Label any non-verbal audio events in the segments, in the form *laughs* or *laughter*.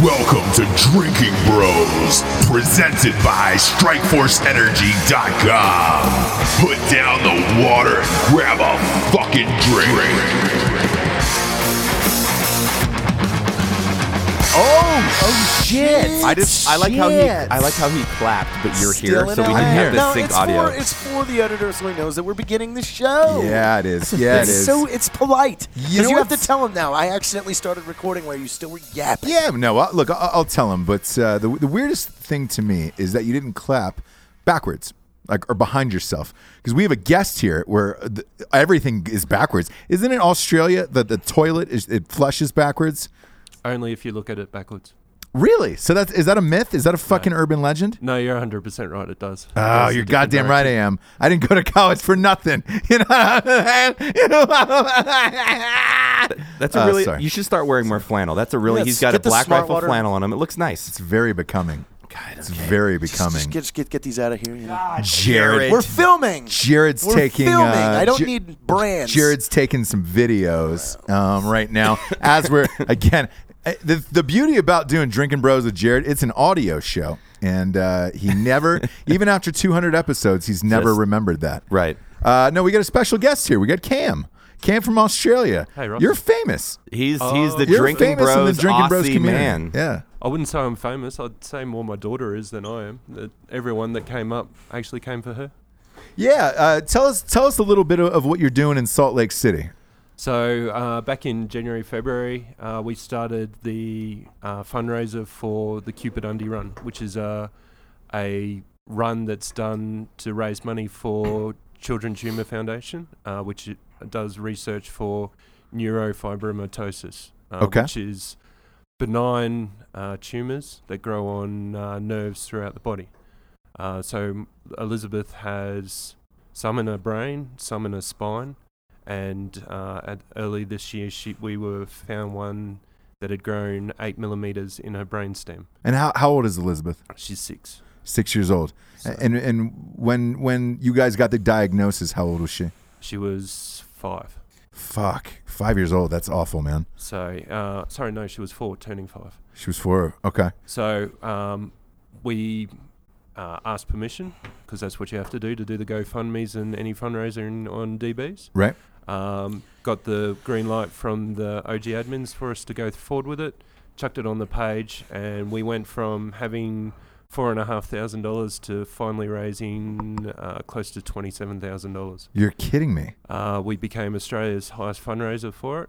Welcome to Drinking Bros, presented by StrikeForceEnergy.com. Put down the water and grab a fucking drink. Oh, Oh shit! I just I like how he Shit. I like how he clapped, but you're Still here, in so we can LA. have this no, sync it's audio. For, it's for the editor, so he knows that we're beginning the show. yeah, it is. Yeah, it's it is. so it's polite. 'Cause You You, know have to what's- tell him now. I accidentally started recording while you still were yapping. Yeah, no. i look, I'll, I'll tell him. But uh, the the weirdest thing to me is that you didn't clap backwards, like or behind yourself, because we have a guest here where the, everything is backwards. Isn't it Australia that the toilet is it flushes backwards? Only if you look at it backwards. Really? So that's is that a myth? Is that a fucking urban legend? No, you're 100% right. It does. Oh, you're goddamn right. I am. I didn't go to college for nothing. *laughs* You know. What I'm saying? You know what I'm saying? That's a Uh, really. sorry. You should start wearing more flannel. That's a really. Yes, he's got a get the black rifle Smartwater. flannel on him. It looks nice. It's very becoming. it's very becoming. Just get, just get get these out of here. You know? Jared. We're filming. Jared's we're taking. filming. uh, I don't Ja- need brands. Jared's taking some videos um, *laughs* right now as we're again. uh, The, the beauty about doing Drinking Bros with Jared, it's an audio show, and uh, *laughs* he never, even after 200 episodes, he's never Just- remembered that. Right. Uh, no, we got a special guest here. We got Cam, Cam from Australia. Hey, Ross. You're famous. He's Oh. he's the You're drinking famous bros, in the Drinking Bros Aussie community. man. Yeah. I wouldn't say I'm famous. I'd say more my daughter is than I am. That everyone that came up actually came for her. Yeah. Uh, tell us tell us a little bit of, of what you're doing in Salt Lake City. So uh, back in January, February, uh, we started the uh, fundraiser for the Cupid Undie Run, which is a a run that's done to raise money for Children's Tumor Foundation, uh, which i- does research for neurofibromatosis, uh, Okay. which is benign uh, tumors that grow on uh, nerves throughout the body. Uh, so Elizabeth has some in her brain, some in her spine, and uh, at early this year she, we were found one that had grown eight millimeters in her brainstem. And how, how old is Elizabeth? She's six. six years old. So- And and when when you guys got the diagnosis, how old was she? She was five. Fuck, five years old. That's awful, man. So uh, sorry, no, she was four, turning five. She was four. Okay, So um, we uh, asked permission because that's what you have to do to do the GoFundmes and any fundraiser in, on DBs. right. Um, got the green light from the OG admins for us to go forward with it. Chucked it on the page, and we went from having four and a half thousand dollars to finally raising uh, close to twenty-seven thousand dollars. You're kidding me. Uh, we became Australia's highest fundraiser for it,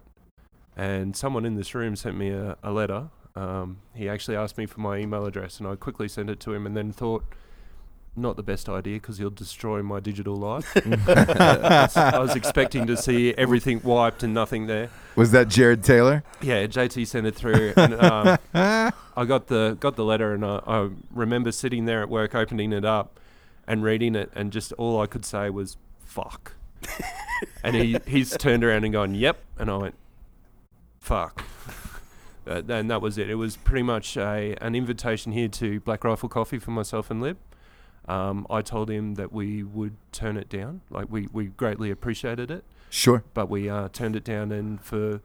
and someone in this room sent me a, a letter. Um, he actually asked me for my email address, and I quickly sent it to him, and then thought. Not the best idea because he'll destroy my digital life. I was expecting to see everything wiped and nothing there. Was that Jared Taylor? Yeah, JT sent it through, and um, I got the got the letter, and I, I remember sitting there at work, opening it up, and reading it, and just all I could say was "fuck." and he he's turned around and gone, "Yep," and I went, "Fuck." *laughs* Uh, and that was it. It was pretty much a an invitation here to Black Rifle Coffee for myself and Lib. Um, I told him that we would turn it down. Like we, we greatly appreciated it Sure. but we uh, turned it down and for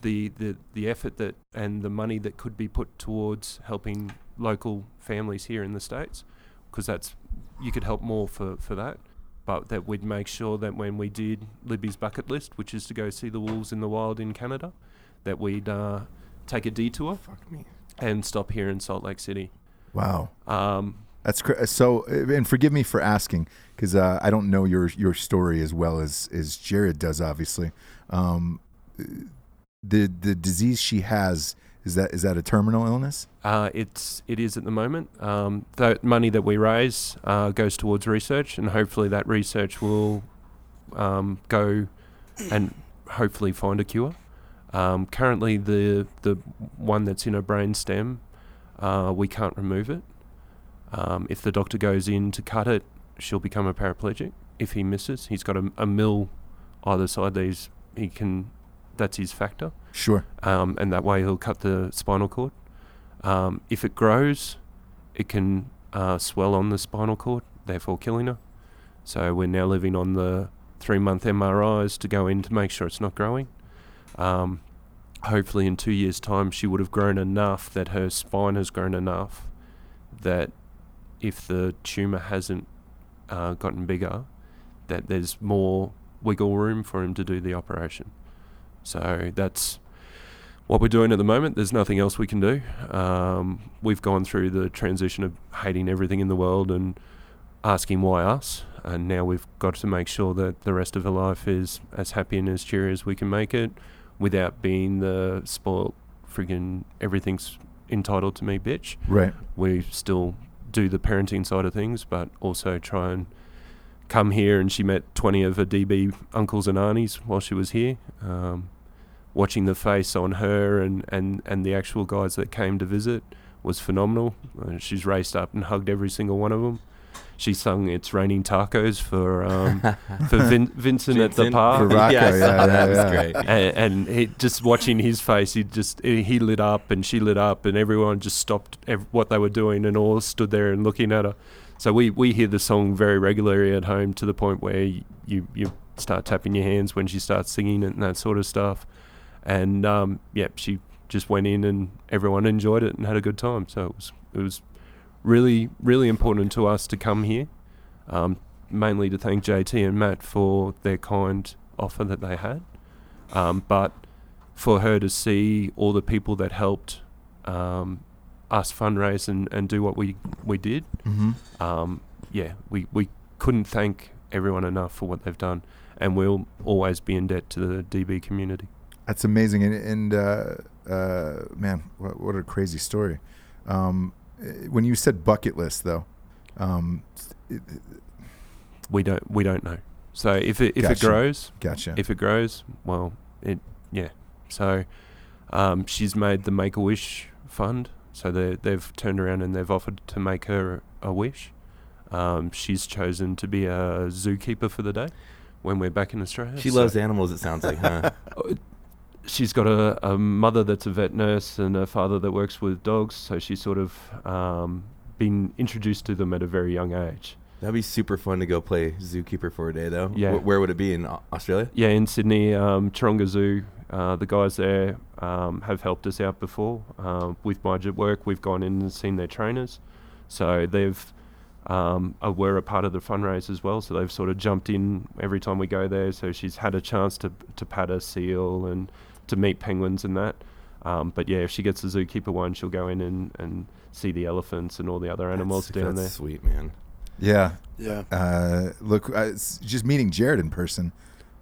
the, the the effort that and the money that could be put towards helping local families here in the states because that's you could help more for, for that but that we'd make sure that when we did Libby's bucket list which is to go see the wolves in the wild in Canada that we'd uh, take a detour and stop here in Salt Lake City Wow. um, That's cr- so. And forgive me for asking, because uh, I don't know your your story as well as as Jared does. Obviously, um, the the disease she has is that is that a terminal illness? Uh, it's it is at the moment. Um, the money that we raise uh, goes towards research, and hopefully that research will um, go and hopefully find a cure. Um, currently, the the one that's in her brain stem, uh, we can't remove it. Um, if the doctor goes in to cut it, she'll become a paraplegic. If he misses, he's got a, a mill either side. These he can, that's his factor Sure. um, and that way he'll cut the spinal cord. Um, if it grows, it can uh, swell on the spinal cord, therefore killing her. So we're now living on the three month MRIs to go in to make sure it's not growing. Um, hopefully in two years' time she would have grown enough that her spine has grown enough that if the tumor hasn't uh, gotten bigger, that there's more wiggle room for him to do the operation. So that's what we're doing at the moment. There's nothing else we can do. Um, we've gone through the transition of hating everything in the world and asking why us, and now we've got to make sure that the rest of her life is as happy and as cheery as we can make it without being the spoiled friggin' everything's entitled to me bitch Right. we still do the parenting side of things, but also try and come here. And she met 20 of her DB uncles and aunties while she was here. Um, watching the face on her and, and, and the actual guys that came to visit was phenomenal. Uh, she's raced up and hugged every single one of them. She sung "It's Raining Tacos" for um, for Vin- Vincent at the Vincent? park For Rocco, yeah, I saw yeah, that. yeah, yeah. *laughs* was great. and, and he, just watching his face, he just he lit up and she lit up, and everyone just stopped ev- what they were doing and all stood there and looking at her. So we, we hear the song very regularly at home to the point where you you start tapping your hands when she starts singing it and that sort of stuff. And um, yeah, she just went in and everyone enjoyed it and had a good time. So it was it was really really important to us to come here. Um, mainly to thank JT and Matt for their kind offer that they had um, but for her to see all the people that helped um, us fundraise and, and do what we we did, um, yeah, we, we couldn't thank everyone enough for what they've done, and we'll always be in debt to the DB community. That's amazing, and, and uh, uh, man, what, what a crazy story. Um, eh, when you said bucket list, though, um, it, it- We don't we don't know. So if it, if it Gotcha. grows, gotcha. if it grows, well, it yeah. So um, she's made the Make a Wish fund. So they they've turned around and they've offered to make her a wish. Um, she's chosen to be a zookeeper for the day when we're back in Australia. She So loves animals. It sounds like, huh? she's got a, a mother that's a vet nurse and a father that works with dogs. So she's sort of um, been introduced to them at a very young age. That'd be super fun to go play zookeeper for a day, though. Yeah. Wh- where would it be in Au- Australia? Yeah, in Sydney, um, Taronga Zoo. Uh, the guys there um, have helped us out before um, with my j- work. We've gone in and seen their trainers, so they've um, uh, were a part of the fundraise as well. So they've sort of jumped in every time we go there. So she's had a chance to to pat a seal and to meet penguins and that. Um, but yeah, if she gets the zookeeper one, she'll go in and, and see the elephants and all the other animals that's, down that's there. Sweet man. yeah, Yeah. uh, look, uh, it's just meeting Jared in person,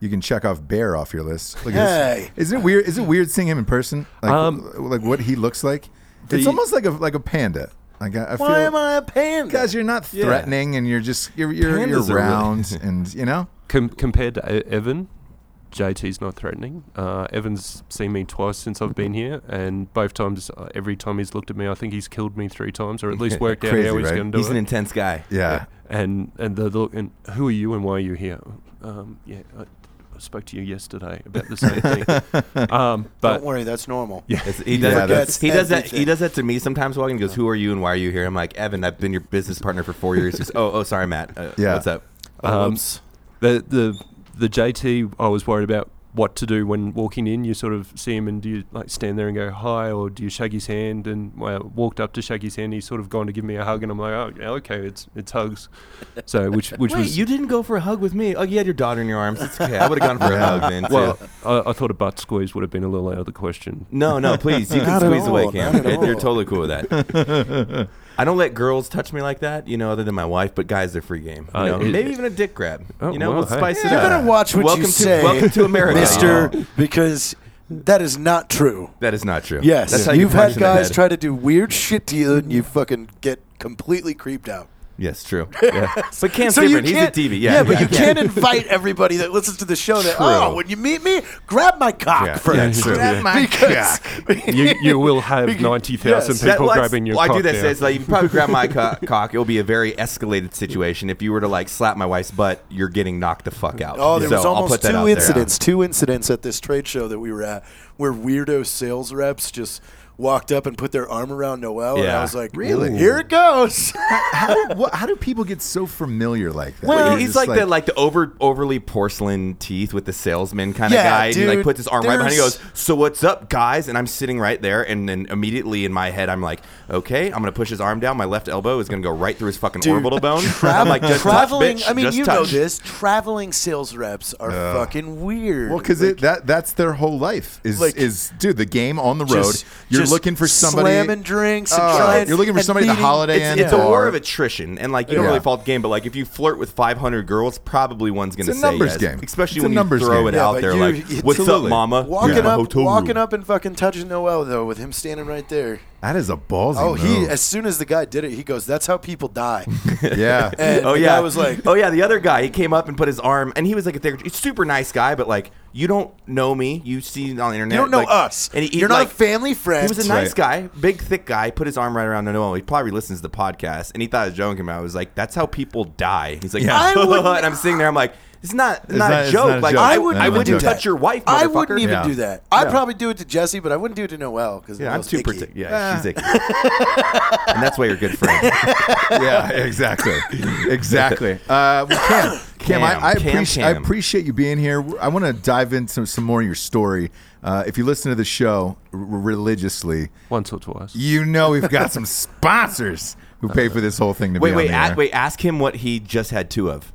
you can check off Bear off your list. Look at this. Hey. Isn't it weird? Is it weird seeing him in person? Like, Um, w- like what he looks like? it's the- almost like a like a panda. Like I, I feel Why am I a panda? because you're not Yeah. threatening and you're just you're you're, you're Pandas are really- *laughs* round and you know. Com- compared to E- Evan, JT's not threatening. Uh, Evan's seen me twice since I've been here, and both times, uh, every time he's looked at me, I think he's killed me three times, or at least worked out Crazy, how he's right? going to do He's it. an intense guy. Yeah. and and the, the look, and who are you, and why are you here? Um, yeah, I, I spoke to you yesterday about the same thing. Um, Don't but worry, that's normal. Yeah. It's- he does, Yeah, it- that's- he does that. He everything. does that to me sometimes. Walking, he goes, "Who are you and why are you here?" I'm like, "Evan, I've been your business partner for four years." He goes, "Oh, oh, sorry, Matt. Uh, Yeah. what's up?" Um, Oops. the the the JT, I was worried about what to do when walking in. You sort of see him and do you like stand there and go hi, or do you shake his hand? And when I walked up to shake his hand. He's sort of gone to give me a hug, and I'm like, oh, yeah, okay, it's it's hugs. So which which Wait, was you didn't go for a hug with me? Oh, you had your daughter in your arms. It's okay. I would have gone for Yeah. a hug then. Too. well, I, I thought a butt squeeze would have been a little out of the *laughs* question. no, no, please, you *laughs* can Not at squeeze away, all, Cam. not at You're all. totally cool with that. *laughs* I don't let girls touch me like that, you know, other than my wife. But guys, they're free game. You Uh, know? it- Maybe even a dick grab. Oh, you know, wow, we'll hey. spice it You up. better watch what welcome you to, say, Welcome to America, Mister, y'all. because that is not true. That is not true. Yes, that's how you you've punch had in the guys head. try to do weird shit to you, and you fucking get completely creeped out. *laughs* Yes, true. Yeah. But Cam's different. He's a can't- TV. Yeah, but you can't invite everybody that listens to the show that oh, True. when you meet me, grab my cock Yeah, first. yeah, true. Grab my *laughs* cock. *laughs* You you will have ninety thousand Yes. That- people well, that's- grabbing your well, cock I do that. now. Says like you probably *laughs* grab my co- cock. It'll be a very escalated situation. If you were to like slap my wife's butt, you're getting knocked the fuck out. Oh, there so was I'll put almost that out two there. incidents, two incidents at this trade show that we were at, where weirdo sales reps just walked up and put their arm around Noel, and Yeah. I was like, Really? Here it goes. how, do, what, how do people get so familiar like that? Well, You're he's just like, the like the over overly porcelain teeth with the salesman kind of Yeah, guy. and he like dude, puts his arm right behind. He there's- goes, "So what's up, guys?" And I'm sitting right there, and then immediately in my head, I'm like, "Okay, I'm gonna push his arm down. My left elbow is gonna go right through his fucking *laughs* orbital bone." I'm like, "Just touch, traveling. bitch, I mean, just you know touch." this. Traveling sales reps are fucking weird. Well, because that that's their whole life is Like- is dude the game on the road. Just- you're just looking for somebody slamming drinks and Oh, trying- you're looking for and somebody to beating- holiday It's, in. it's a bar. war of attrition, and like you don't Yeah. really fault the game, but like if you flirt with 500 girls, probably one's gonna It's a say numbers yes, game. Especially It's a when you numbers throw game. it Yeah, out but there, you- like, *laughs* you- "What's up, absolutely. mama?" Walking You're in the up, hotel walking room. up, and fucking touching Noel though, with him standing right there. that is a ballsy. Oh, he! move. As soon as the guy did it, he goes, "That's how people *laughs* die." *laughs* yeah. And oh the yeah, guy was like, oh yeah, the other guy. He came up and put his arm, and he was like a ther- super nice guy, but like you don't know me. You see on the internet. "You don't know like- us. And he, he, You're not like- a family friend." He was a nice guy, big thick guy. Put his arm right around Noel. He probably listens to the podcast, and he thought I was joking. But I was like, "That's how people die." He's like, Yeah. "I I would," *laughs* and I'm sitting there. I'm like, "It's not not, not- a it's joke. not a like joke. I No, would no, I no, wouldn't no. touch your wife. I motherfucker. wouldn't even Yeah. do that. I'd Yeah. probably do it to Jesse, but I wouldn't do it to Noel because *laughs* Yeah, I'm Noel's too icky. protective. Yeah, Ah. she's icky. and that's why you're a good friend. *laughs* yeah, exactly, *laughs* exactly. Uh, well, Cam, Cam, Cam, I, I, Cam, appreciate, I Cam. appreciate you being here. I want to dive into some more of your story. Uh, if you listen to the show r- religiously, once or twice. you know we've got *laughs* some sponsors who pay for this whole thing to Wait, be wait, on the a- air. wait. Ask him what he just had two of.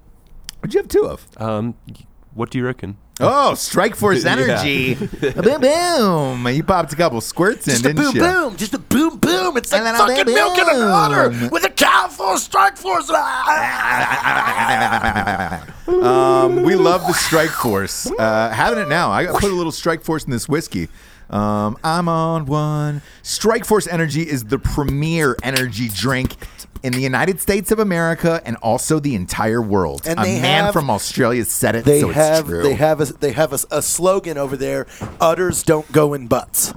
What'd you have two of? Um, y- what do you reckon? Oh, *laughs* Strike Force Yeah. Energy. boom, boom. You popped a couple squirts in, Just a didn't boom, you? boom, just a boom, boom. It's like And then a fucking boom, milk in an boom. honor with a cow for a strike force. Ah. um, we love the Strike Force. Uh, having it now, I got put a little Strike Force in this whiskey. Um, I'm on one. Strike Force Energy is the premier energy drink in the United States of America and also the entire world. And a they man have- from Australia said it, They so it's have true. they have a they have a, a slogan over there. Udders don't go in butts.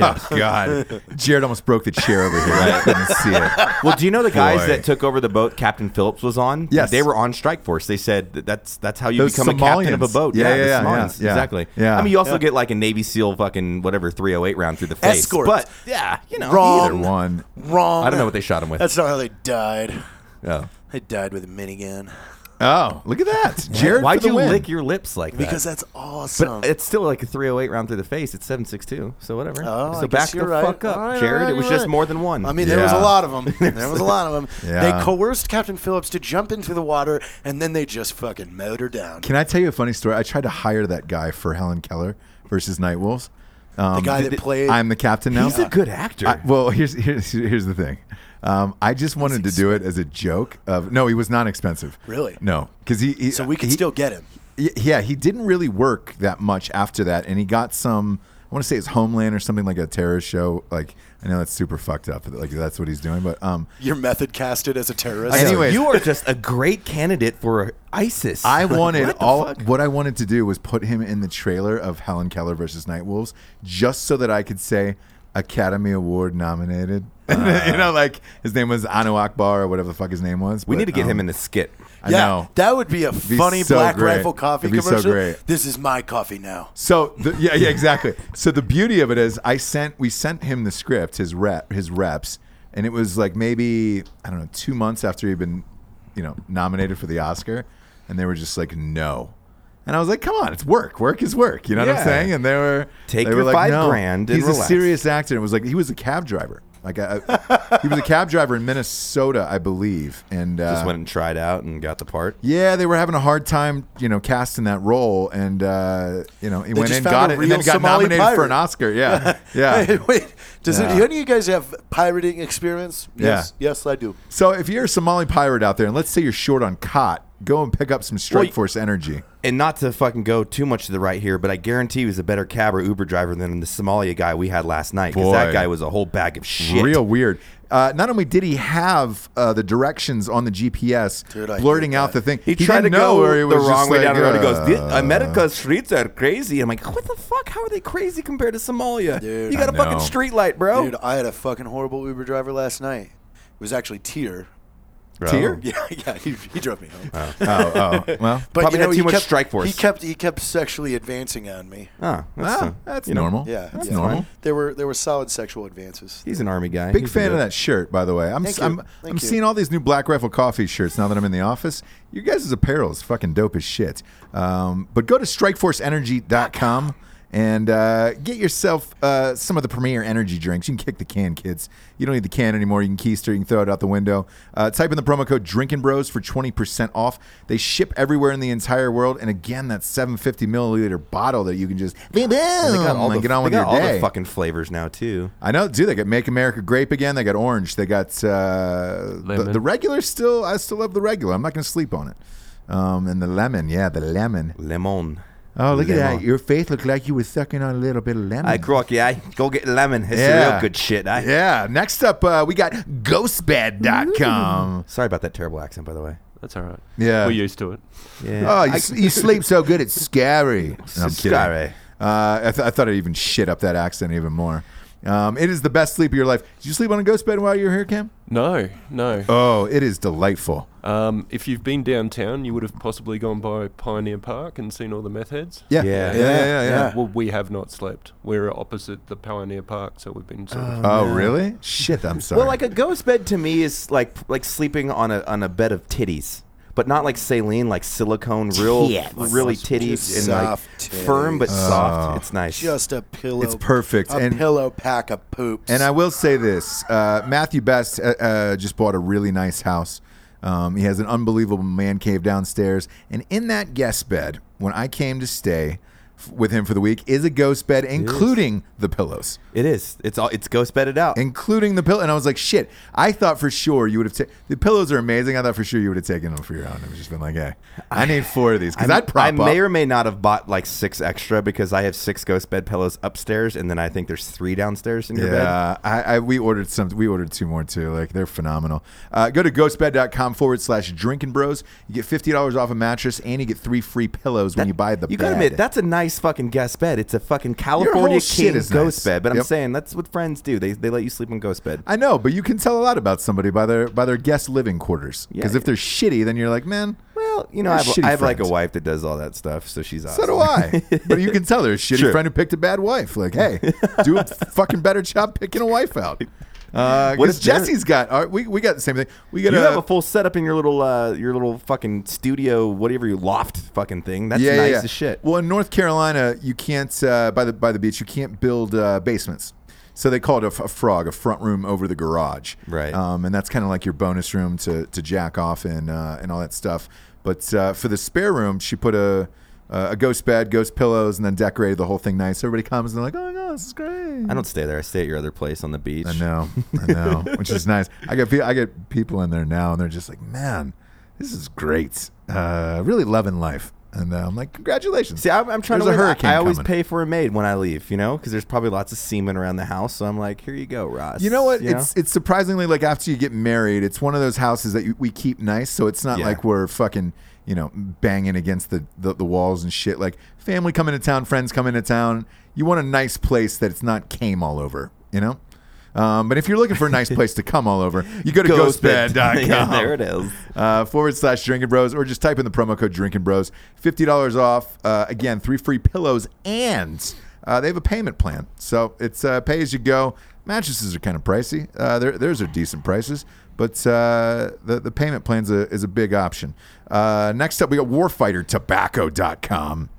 oh, God, *laughs* Jared almost broke the chair over here. I couldn't see it. Well, do you know the guys Boy. that took over the boat Captain Phillips was on? Yes. they were on strike force. They said that that's that's how you Those become a captain of a Somalians. boat. Yeah, the yeah, yeah, Somalians. yeah. exactly. Yeah. I mean, you also get like a Navy SEAL fucking whatever 308 round through the face. Escort. But yeah, you know, Wrong. Either one. Wrong. I don't know what they shot him with. That's not how they died. Oh. They died with a minigun Oh, look at that, Jared. Why'd for the you win. lick your lips like that? because that's um, awesome. it's still like a 308 round through the face. It's 762, so whatever. Oh, I so guess back the you're right. fuck up, All right, Jared. all right, it was you're just right. more than one. I mean, there was a Yeah. lot of *laughs* them. There was a lot of them. Yeah. They coerced Captain Phillips to jump into the water, and then they just fucking mowed her down. Can I tell you a funny story? I tried to hire that guy for Helen Keller versus Night Wolves. Um, The guy that played- I'm the captain now. he's a good actor. I- well, here's here's here's the thing. Um, I just wanted to do it as a joke. Of no, he was not expensive. Really? No, because he, he- So we could he- still get him. Y- Yeah, he didn't really work that much after that, and he got some. I want to say it's Homeland or something like a terrorist show. Like I know that's super fucked up. Like that's what he's doing, but um, Your method casted as a terrorist. I know. anyways- you are just a great candidate for *laughs* ISIS. I wanted What the all fuck? what I wanted to do was put him in the trailer of Helen Keller versus Night Wolves just so that I could say Academy Award nominated. *laughs* Uh, you know, like his name was Anu Akbar or whatever the fuck his name was. We but, need to get um, him in the skit. I yeah, know. that would be a be funny so Black great. Rifle coffee It'd be so commercial. great. This is my coffee now. So the, yeah, yeah, exactly. So the beauty of it is, I sent we sent him the script, his rep, his reps, and it was like maybe I don't know, two months after he'd been, you know, nominated for the Oscar, and they were just like, no. And I was like, "Come on, it's work. Work is work." You know what Yeah. I'm saying? And they were Take they were your like, five no, grand and He's a relax." serious actor. And it was like he was a cab driver. Like I, I- he was a cab driver in Minnesota, I believe. And uh, *laughs* Just went and tried out and got the part. yeah, they were having a hard time, you know, casting that role, and uh, you know, he went just in, found got a it, and then real got Somali nominated for pirate. an Oscar. *laughs* Yeah, yeah. *laughs* Wait, does Yeah. it, do any of you guys have pirating experience? Yes, yes, I do. so if you're a Somali pirate out there, and let's say you're short on cot, go and pick up some Strike Well, Force energy. And not to fucking go too much to the right here, but I guarantee he was a better cab or Uber driver than the Somalia guy we had last night. Because Boy. that guy was a whole bag of shit. Real weird. Uh, not only did he have uh, the directions on the GPS, Dude, I blurting hate out that. the thing, He, tried to didn't know go where he the was just wrong way like, down the road. He goes, "These- uh, America's streets are crazy. I'm like, what the fuck? How are they crazy compared to Somalia? Dude, you got a I fucking know. Oh. street light, bro. Dude, I had a fucking horrible Uber driver last night. It was actually Tier. Tier? *laughs* Yeah, yeah. He, he drove me home. Oh, *laughs* oh. Well, But Probably you know, had too he much kept, Strike Force. He kept he kept sexually advancing on me. Ah, that's, ah, uh, that's you know, normal. Yeah, that's yeah. normal. There were there were solid sexual advances. He's an army guy. Big He's fan good. of that shirt, by the way. I'm Thank you. I'm, Thank I'm you. seeing all these new Black Rifle Coffee shirts now that I'm in the office. Your guys' apparel is fucking dope as shit. Um, but go to strikeforceenergy.com and uh, get yourself uh, some of the premier energy drinks. You can kick the can, kids. You don't need the can anymore. You can keister. You can throw it out the window. Uh, type in the promo code Drinking Bros for 20% off. They ship everywhere in the entire world. And again, that 750 milliliter bottle that you can just boom, boom, They got all, and the, get on they with got your all day. the fucking flavors now too. I know, dude. They got Make America Grape again. They got Orange. They got uh, the, Lemon. the regular. Still, I still love the regular. I'm not going to sleep on it. Um, and the lemon, yeah, the lemon. Lemon. Oh, look at Lemon. that! Your face looked like you were sucking on a little bit of lemon. I crocky, I eh? go get lemon. It's Mm. Yeah. the real good shit. eh? I. yeah. Next up, uh, we got ghostbed.com. Sorry about that terrible accent, by the way. That's all right. Yeah. We're used to it. Yeah. Oh, you, Oh, *laughs* s you sleep so good, it's scary. No, I'm kidding. Scary. Uh, I, th- I thought I'd even shit up that accent even more. Um, it is the best sleep of your life. Did you sleep on a ghost bed while you were here, Cam? No, no. Oh, it is delightful. Um, if you've been downtown, you would have possibly gone by Pioneer Park and seen all the meth heads. Yeah. Yeah. Yeah. Yeah. Oh, yeah, Yeah. Well, we have not slept. We're opposite the Pioneer Park, so we've been sort of. Oh, really? Shit, I'm sorry. Well, like a ghost bed to me is like like sleeping on a on a bed of titties, but not like saline, like silicone, real really titties and like Soft firm but titties. Oh. soft. It's nice. Just a pillow. It's perfect, A and- pillow pack of poops. and I will say this: uh, Matthew Best uh, uh, just bought a really nice house. Um, he has an unbelievable man cave downstairs, and in that guest bed, when I came to stay f- with him for the week, is a ghost bed, including the pillows, it is. It's all it's ghost bedded out. including the pillow. And I was like, "Shit!" I thought for sure you would have taken the pillows are amazing. I thought for sure you would have taken them for your own. I was just been like, "Hey, I need four of these because I- I'd prop I may up." or may not have bought like six extra because I have six ghost bed pillows upstairs, and then I think there's three downstairs in your bed. Yeah, I, I we ordered some. We ordered two more too. Like they're phenomenal. Uh, go to ghostbed.com forward slash drinking bros. You get fifty dollars off a mattress, and you get three free pillows when you buy the. You bed. gotta admit, that's a nice fucking guest bed. It's a fucking California whole shit king is ghost nice. bed. But Yep. I'm saying that's what friends do. They they let you sleep on ghost bed. I know, but you can tell a lot about somebody by their by their guest living quarters. Yeah, Because if yeah. they're shitty, then you're like, man. Well, you know, You're I a have, shitty I have like a friend. wife that does all that stuff, so she's awesome. So do *laughs* I. but you can tell they're a shitty Sure. friend who picked a bad wife. Like, *laughs* hey, do a fucking better job picking a wife out. Uh, What what if Jesse's got? All right, we we got the same thing. We got You a, have a full setup in your little uh, your little fucking studio, whatever you loft fucking thing. That's nice as shit. Well, in North Carolina, you can't uh, by the by the beach. You can't build uh, basements, so they call it a, f- a frog, a front room over the garage, Right. Um, and that's kind of like your bonus room to, to jack off in uh, and all that stuff. But uh, for the spare room, she put a a ghost bed, ghost pillows, and then decorated the whole thing nice. Everybody comes and they're like, "Oh my god, this is great!" I don't stay there. I stay at your other place on the beach. I know, I know, *laughs* which is nice. I get pe- I get people in there now, and they're just like, "Man, this is great. Uh, really loving life." And uh, I'm like, "Congratulations!" See, I'm, I'm trying There's to. a win. I- hurricane I always coming. pay for a maid when I leave, you know, because there's probably lots of semen around the house. So I'm like, here you go, Ross. You know what? You it's it's surprisingly like after you get married, it's one of those houses that you, we keep nice, so it's not Yeah. like we're fucking you know banging against the, the the walls and shit. Like family come into town, friends come into town. You want a nice place that it's not came all over. You know. Um, but if you're looking for a *laughs* nice place to come all over, you go to Ghostbed. ghostbed.com. *laughs* Yeah, there it is. Uh, forward slash drinking bros, or just type in the promo code drinking bros. $50 off. Uh, again, three free pillows, and uh, they have a payment plan. So it's uh, pay as you go. Mattresses are kind of pricey. Uh, there- theirs are decent prices, but uh, the, the payment plan is a, is a big option. Uh, next up, we got warfightertobacco.com.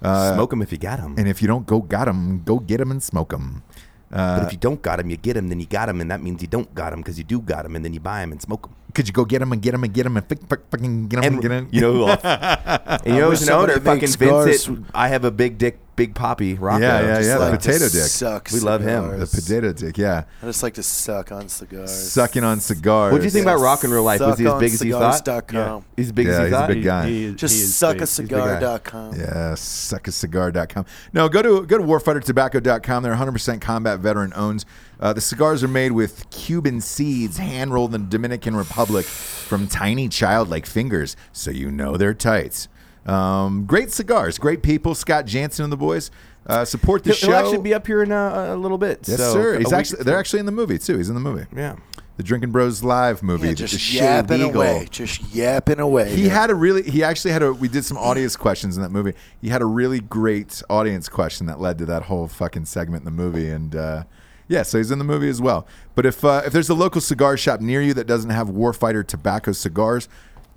Uh, know? smoke them if you got them. And if you don't go got 'em, go get 'em and smoke 'em. but Uh, if you don't got them, you get them. Then you got them, and that means you don't got them because you do got them, and then you buy them and smoke them. Could you go get 'em and get 'em and get 'em and fi- fi- fucking get 'em and, And get 'em? you know *laughs* who else? and you know wish who's an owner? somebody Fucking makes cigars. Vincent. I have a big dick, big poppy. Rocco. Yeah, yeah, Just yeah. like- the potato just dick. Sucks We love him. the potato dick, yeah. I just like to suck on cigars. Sucking on cigars. What do you think about rock in real life? Was he as big as you thought? Suckonsigars.com. He's big Yeah, as he he's a thought. big guy. He is- he Just is suck big. a cigar.com. Yeah, suckacigar.com. No, go to go to warfightertobacco.com. They're 100% combat veteran owned. Uh, the cigars are made with Cuban seeds, hand rolled in the Dominican Republic from tiny childlike fingers, so you know they're tight. Um, great cigars, great people. Scott Jansen and the boys uh, support the He'll, show. he'll actually be up here in a, a little bit. yes, so sir. He's a week- actually they're actually in the movie too. He's in the movie. yeah. the Drinking Bros Live movie. Yeah, the- the just Shade yapping Eagle. away. Just yapping away. He dude. had a really. He actually had a. We did some audience questions in that movie. He had a really great audience question that led to that whole fucking segment in the movie. And uh, yeah, so he's in the movie as well. But if uh, if there's a local cigar shop near you that doesn't have Warfighter tobacco cigars,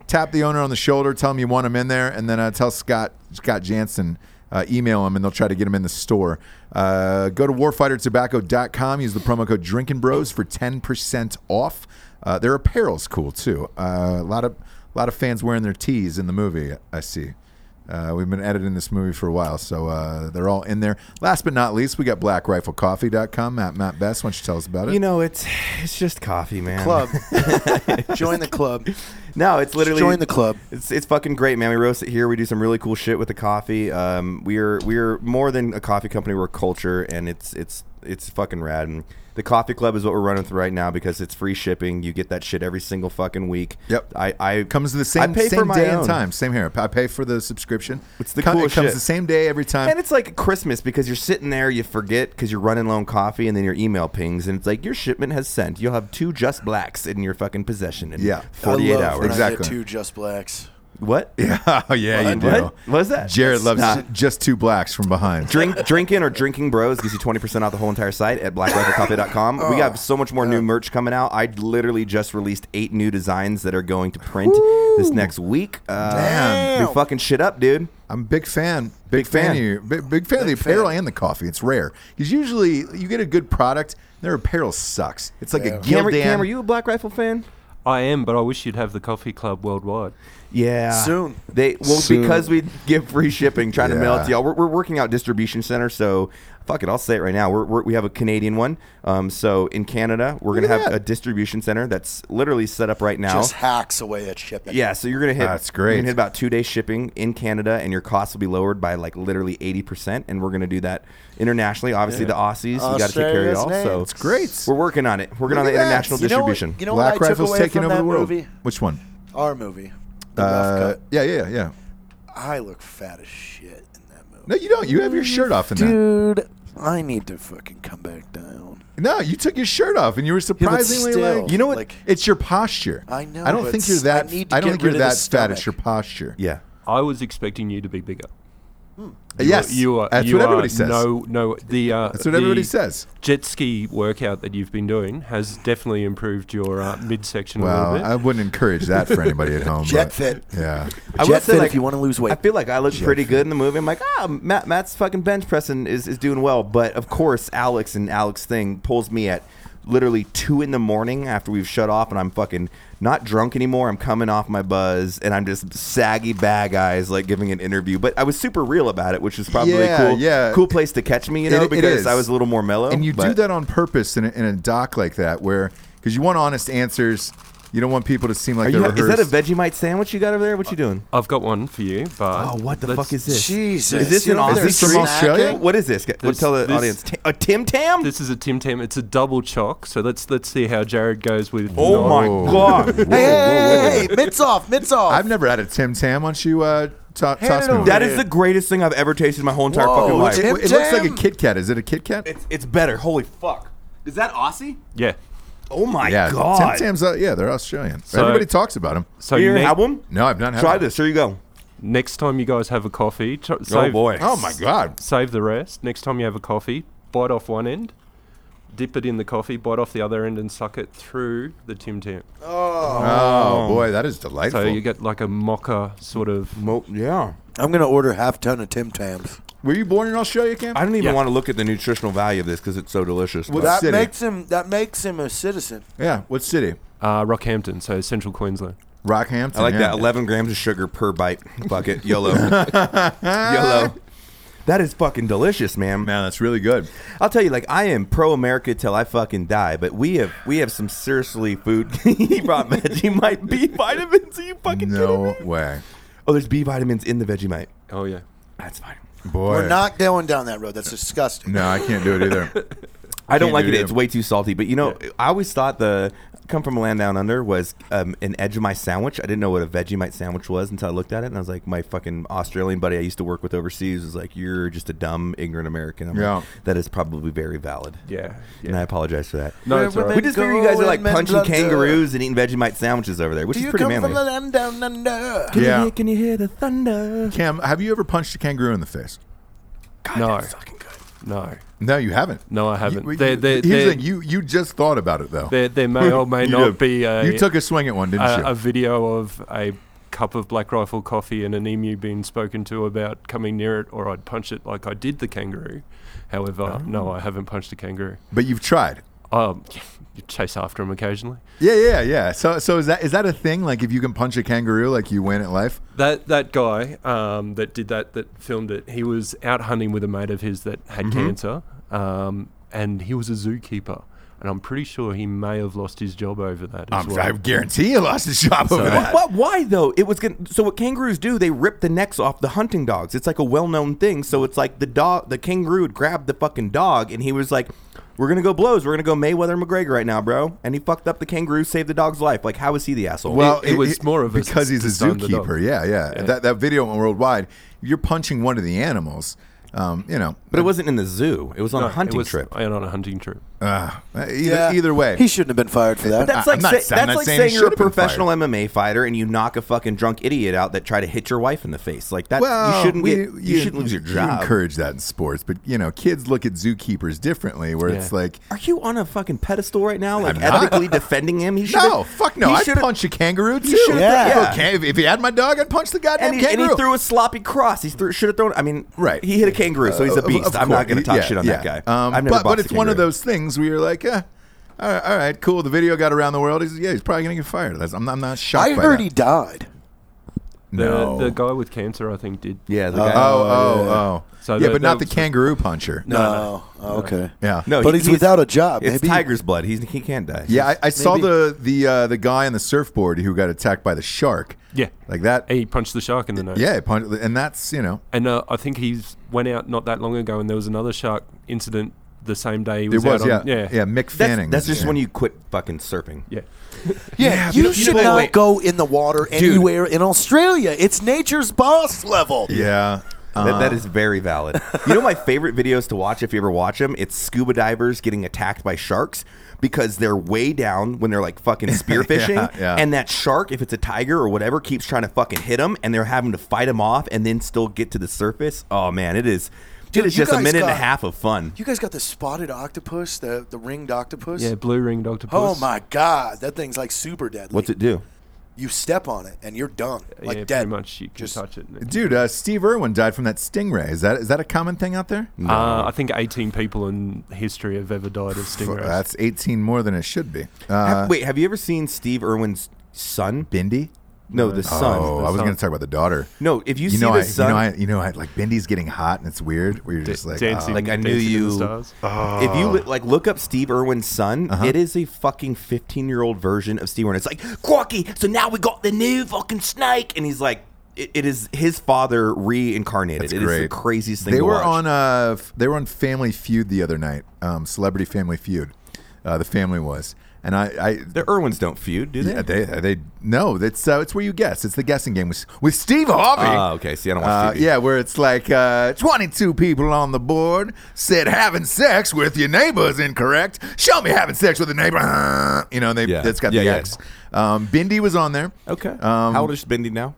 tap the owner on the shoulder, tell him you want him in there, and then uh, tell Scott Scott Jansen. Uh, email him and they'll try to get him in the store. Uh, go to warfightertobacco.com. Use the promo code Drinking Bros for ten percent off. Uh, their apparel's cool too. Uh, a lot of a lot of fans wearing their tees in the movie. I see. Uh, we've been editing this movie for a while, so uh, they're all in there. Last but not least, we got BlackRifleCoffee.com. Matt, Matt Best, why don't you tell us about it? You know, it's it's just coffee, man. *laughs* club. Join the club. No, it's literally join the club. It's it's fucking great, man. We roast it here. We do some really cool shit with the coffee. Um, we're we're more than a coffee company. We're a culture, and it's it's it's fucking rad. And the coffee club is what we're running through right now because it's free shipping. You get that shit every single fucking week. Yep. I I comes the I same, pay for same my day own. and time. Same here. I pay for the subscription. It's the Co- It coolest comes shit. the same day every time. And it's like Christmas because you're sitting there, you forget because you're running low on coffee, and then your email pings, and it's like your shipment has sent. You'll have two just blacks in your fucking possession in Yeah. I 48 love hours. When I get Exactly. two just blacks. What? *laughs* oh, yeah, you do. What? What's that? Jared loves Nah. ju- just two blacks from behind. Drink, drinking or drinking bros gives you 20% off the whole entire site at blackriflecoffee.com. we got so much more new merch coming out. I literally just released eight new designs that are going to print this next week. Uh, Damn. They're fucking shit up, dude. I'm a big fan, big, fan, fan. of you, big, big fan of the apparel and the coffee. It's rare because usually you get a good product, their apparel sucks. It's like a Cam, Gildan. Cam, are you a Black Rifle fan? I am, but I wish you'd have the coffee club worldwide. Yeah. Soon. They well Soon. because we give free shipping, trying to mail it Yeah. to y'all. We're, we're working out distribution center, so fuck it, I'll say it right now. We're, we're, we have a Canadian one. Um, so in Canada, we're Look gonna at have that. a distribution center that's literally set up right now. Just hacks away at shipping. yeah, so you're gonna hit. That's great. You're gonna hit about two day shipping in Canada, and your costs will be lowered by like literally eighty percent. And we're gonna do that internationally. Obviously, the Aussies, you got to take care Australia's of y'all. So names. It's great. We're working on it. Working on the at that. international You You know what- distribution. You know what I Black took Rifle's away taking from over that the world. movie? Which one? Our movie. The Uh, rough cut. yeah, yeah, yeah. I look fat as shit in that movie. No, you don't. You have your shirt off in that. Dude, I need to fucking come back down. No, you took your shirt off, and you were surprisingly still, like, you know what? like- it's your posture. I know, I don't but think you're I that. I, need to don't get think you're rid of the that fat. stomach. It's your posture. yeah. I was expecting you to be bigger. yes, you are. That's you what are everybody says. No, no. The uh, That's what the everybody says. Jet ski workout that you've been doing has definitely improved your uh, midsection a Well, little bit. I wouldn't encourage that for anybody *laughs* at home. Jet but- fit. Yeah. I Jet would say, fit like, if you want to lose weight. I feel like I look pretty good in the movie. I'm like, ah, Matt, Matt's fucking bench pressing is, is doing well. But of course, Alex and Alex thing pulls me at literally two in the morning after we've shut off, and I'm fucking not drunk anymore. I'm coming off my buzz, and I'm just saggy bag eyes, like giving an interview. But I was super real about it, which is probably Yeah, cool. yeah. cool place to catch me, you It- know, it because is. I was a little more mellow. And you do but- that on purpose in a, in a doc like that, where because you want honest answers, you don't want people to seem like Are they're you, is rehearsed. that a Vegemite sandwich you got over there? What you doing? I've got one for you, but Oh, what the let's- fuck is this? Jesus. Is this you an know, Aussie they're this from snacking. Australia? What is this? What This- tell the this- audience? Ti- A Tim Tam? This is a Tim Tam. It's a double chalk. So let's let's see how Jared goes with. oh my Whoa. *laughs* god! Hey, hey, hey, hey, mitts off, mitts off. I've never had a Tim Tam. Once you uh, to- toss me over one. That Yeah. is the greatest thing I've ever tasted in my whole entire Whoa, fucking life. it, Tim it looks like a Tam. Kit Kat. Is it a Kit Kat? It's, it's better. Holy fuck! Is that Aussie? Yeah. Oh my yeah, god! Tim Tams. Uh, yeah, they're Australian. Everybody talks about them. So you you gonna ne- have one? No, I've not had. Try them. this. Here you go. next time you guys have a coffee, tr- Oh save, boy! Oh my god. save the rest. Next time you have a coffee, bite off one end, dip it in the coffee, bite off the other end, and suck it through the Tim Tam. Oh boy, that is delightful. So you get like a mocha sort of. Mo- yeah. I'm gonna order half ton of Tim Tams. Were you born in Australia, Cam? I don't even Yeah. want to look at the nutritional value of this because it's so delicious. Well, but- That that- City. makes him. That makes him a citizen. yeah. What city? Uh, Rockhampton, so central Queensland. Rockhampton. I like yeah. that. Eleven grams of sugar per bite. Fuck it. *laughs* Yolo. Yolo. That is fucking delicious, man. Man, that's really good. I'll tell you, like I am pro America till I fucking die, but we have we have some seriously food. *laughs* he brought Vegemite B vitamins. Are you fucking kidding me? No way, Oh, there's B vitamins in the Vegemite. Oh yeah. That's fine. boy. We're not going down that road. That's disgusting. No, I can't do it either. I don't like do it. it. It's way too salty. But you know, I always thought the come from a land down under was um, an edge of my sandwich. I didn't know what a Vegemite sandwich was until I looked at it, and I was like, my fucking Australian buddy I used to work with overseas was like, you're just a dumb, ignorant American. I'm like, Yeah. that is probably very valid. Yeah, And I yeah. apologize for that. No, it's all We right. just figure you guys are like Going punching under. kangaroos and eating Vegemite sandwiches over there, which Do is you pretty come manly. from the land down under? Can you Yeah. hear- can you hear the thunder? Cam, have you ever punched a kangaroo in the face? God, No. that's fucking good. No, No, you haven't. no, I haven't. You, they, they, here's they, the thing, you you just thought about it though. there, *laughs* there may or may You not did. be a, you took a swing at one, didn't a, you? a video of a cup of Black Rifle coffee and an emu being spoken to about coming near it, or I'd punch it like I did the kangaroo. However, Oh. no, I haven't punched a kangaroo. but you've tried. Um, *laughs* you chase after him occasionally. Yeah, yeah, yeah. So, so is that is that a thing? Like, if you can punch a kangaroo, like you win at life. That that guy um, that did that that filmed it, he was out hunting with a mate of his that had Mm-hmm. cancer, um, and he was a zookeeper. And I'm pretty sure he may have lost his job over that as I'm, Um, well. Um, I guarantee you lost his job over that. Why, why though? It was gonna, so. What kangaroos do? They rip the necks off the hunting dogs. It's like a well-known thing. So it's like the dog, the kangaroo would grab the fucking dog, and he was like, "We're gonna go blows. We're gonna go Mayweather McGregor right now, bro." And he fucked up the kangaroo, saved the dog's life. Like, how is he the asshole? Well, It- it was more of a because he's a stun the dog. zookeeper. Yeah, yeah, That that video went worldwide. You're punching one of the animals. Um, you know, but it wasn't in the zoo. It was on No, a it hunting was- trip. Oh, I went on a hunting trip. uh, either, either way, He shouldn't have been fired for that. That's I- like I'm not say- sa- I'm that's not like saying he saying you're a should've been professional MMA fighter and you knock a fucking drunk idiot out that tried to hit your wife in the face. Like that, well, you shouldn't we- get, you, shouldn't lose your you job. encourage that in sports, but you know, kids look at zookeepers differently. Where it's Yeah. like, Are you on a fucking pedestal right now, like I'm not. ethically defending *laughs* him? He should've- no, fuck no, he I'd should've- punch a kangaroo too. should've- Yeah. yeah. Okay, if, if he had my dog, I'd punch the goddamn and he, and kangaroo. he threw a sloppy cross. He threw, should have thrown. I mean, Right. He hit a kangaroo, so he's a Of- beast. of I'm not course. going to talk Yeah, shit on yeah. that guy. Um, I've never but but boxed a it's one of kangaroo. those things where you're like, eh, all, right, all right, cool. The video got around the world. He's, yeah, he's probably gonna get fired. That's, I'm, not, I'm not shocked. I by heard that. he died. The, No. the guy with cancer, I think, did. Yeah, the Oh, guy. oh, oh. So yeah, the- but not the those- kangaroo puncher. No. Oh, okay. Yeah. no, But he- he's without a job. It's Maybe- tiger's blood. He's he can't die. Yeah, I, I saw Maybe. the the uh, the guy on the surfboard who got attacked by the shark. Yeah. Like that. He punched the shark in the nose. Yeah, it punched, and that's you know And uh, I think he's went out not that long ago, and there was another shark incident the same day. He it was, was yeah, out on, yeah Mick that's, Fanning. that's just yeah. when you quit fucking surfing. yeah. Yeah, you, should wait, not wait. go in the water anywhere in Australia. It's nature's boss level. yeah. That, that is very valid. You know my favorite videos to watch if you ever watch them? It's scuba divers getting attacked by sharks because they're way down when they're like fucking spearfishing yeah. and that shark if it's a tiger or whatever keeps trying to fucking hit them and they're having to fight them off and then still get to the surface. Oh man, it is Dude, it is you just a guys minute and got- a half of fun. You guys got the spotted octopus, the the ringed octopus. Yeah, blue ringed octopus. Oh my god, that thing's like super deadly. What's it do? You step on it and you're done, like yeah, dead. pretty much. You can Just- touch it. and it- dude. Uh, Steve Irwin died from that stingray. Is that is that a common thing out there? Uh, I think 18 people in history have ever died of stingrays. That's 18 more than it should be. Have- Uh, Wait, have you ever seen Steve Irwin's son? Bindi. No, the son. Oh, I was son. going to talk about the daughter. No, if you, you see know, the I, you son, know, I, you know, I like Bindi's getting hot, and it's weird. Where you're just like, dancing, oh. like I Dancing knew in the *laughs* you. Stars. If you li- like look up Steve Irwin's son, it is a fucking fifteen-year-old version of Steve Irwin. It's like Crocky. So now we got the new fucking snake, and he's like, it, it is his father reincarnated. That's It is great. the craziest thing. they to were watch. on uh, f- they were on Family Feud the other night. Um, Celebrity Family Feud. Uh, the family was, and I, I The Irwins don't feud, do they? yeah, they, they, no, that's uh, it's where you guess. It's the guessing game with with Steve Harvey. Ah, okay. See, I don't Uh, watch TV. yeah, where it's like uh, 22 people on the board said having sex with your neighbor is incorrect. Show me having sex with a neighbor. *laughs* You know, they Yeah. that's got Yeah, the yeah. X. Um, Bindi was on there. Okay. Um, How old is Bendy now?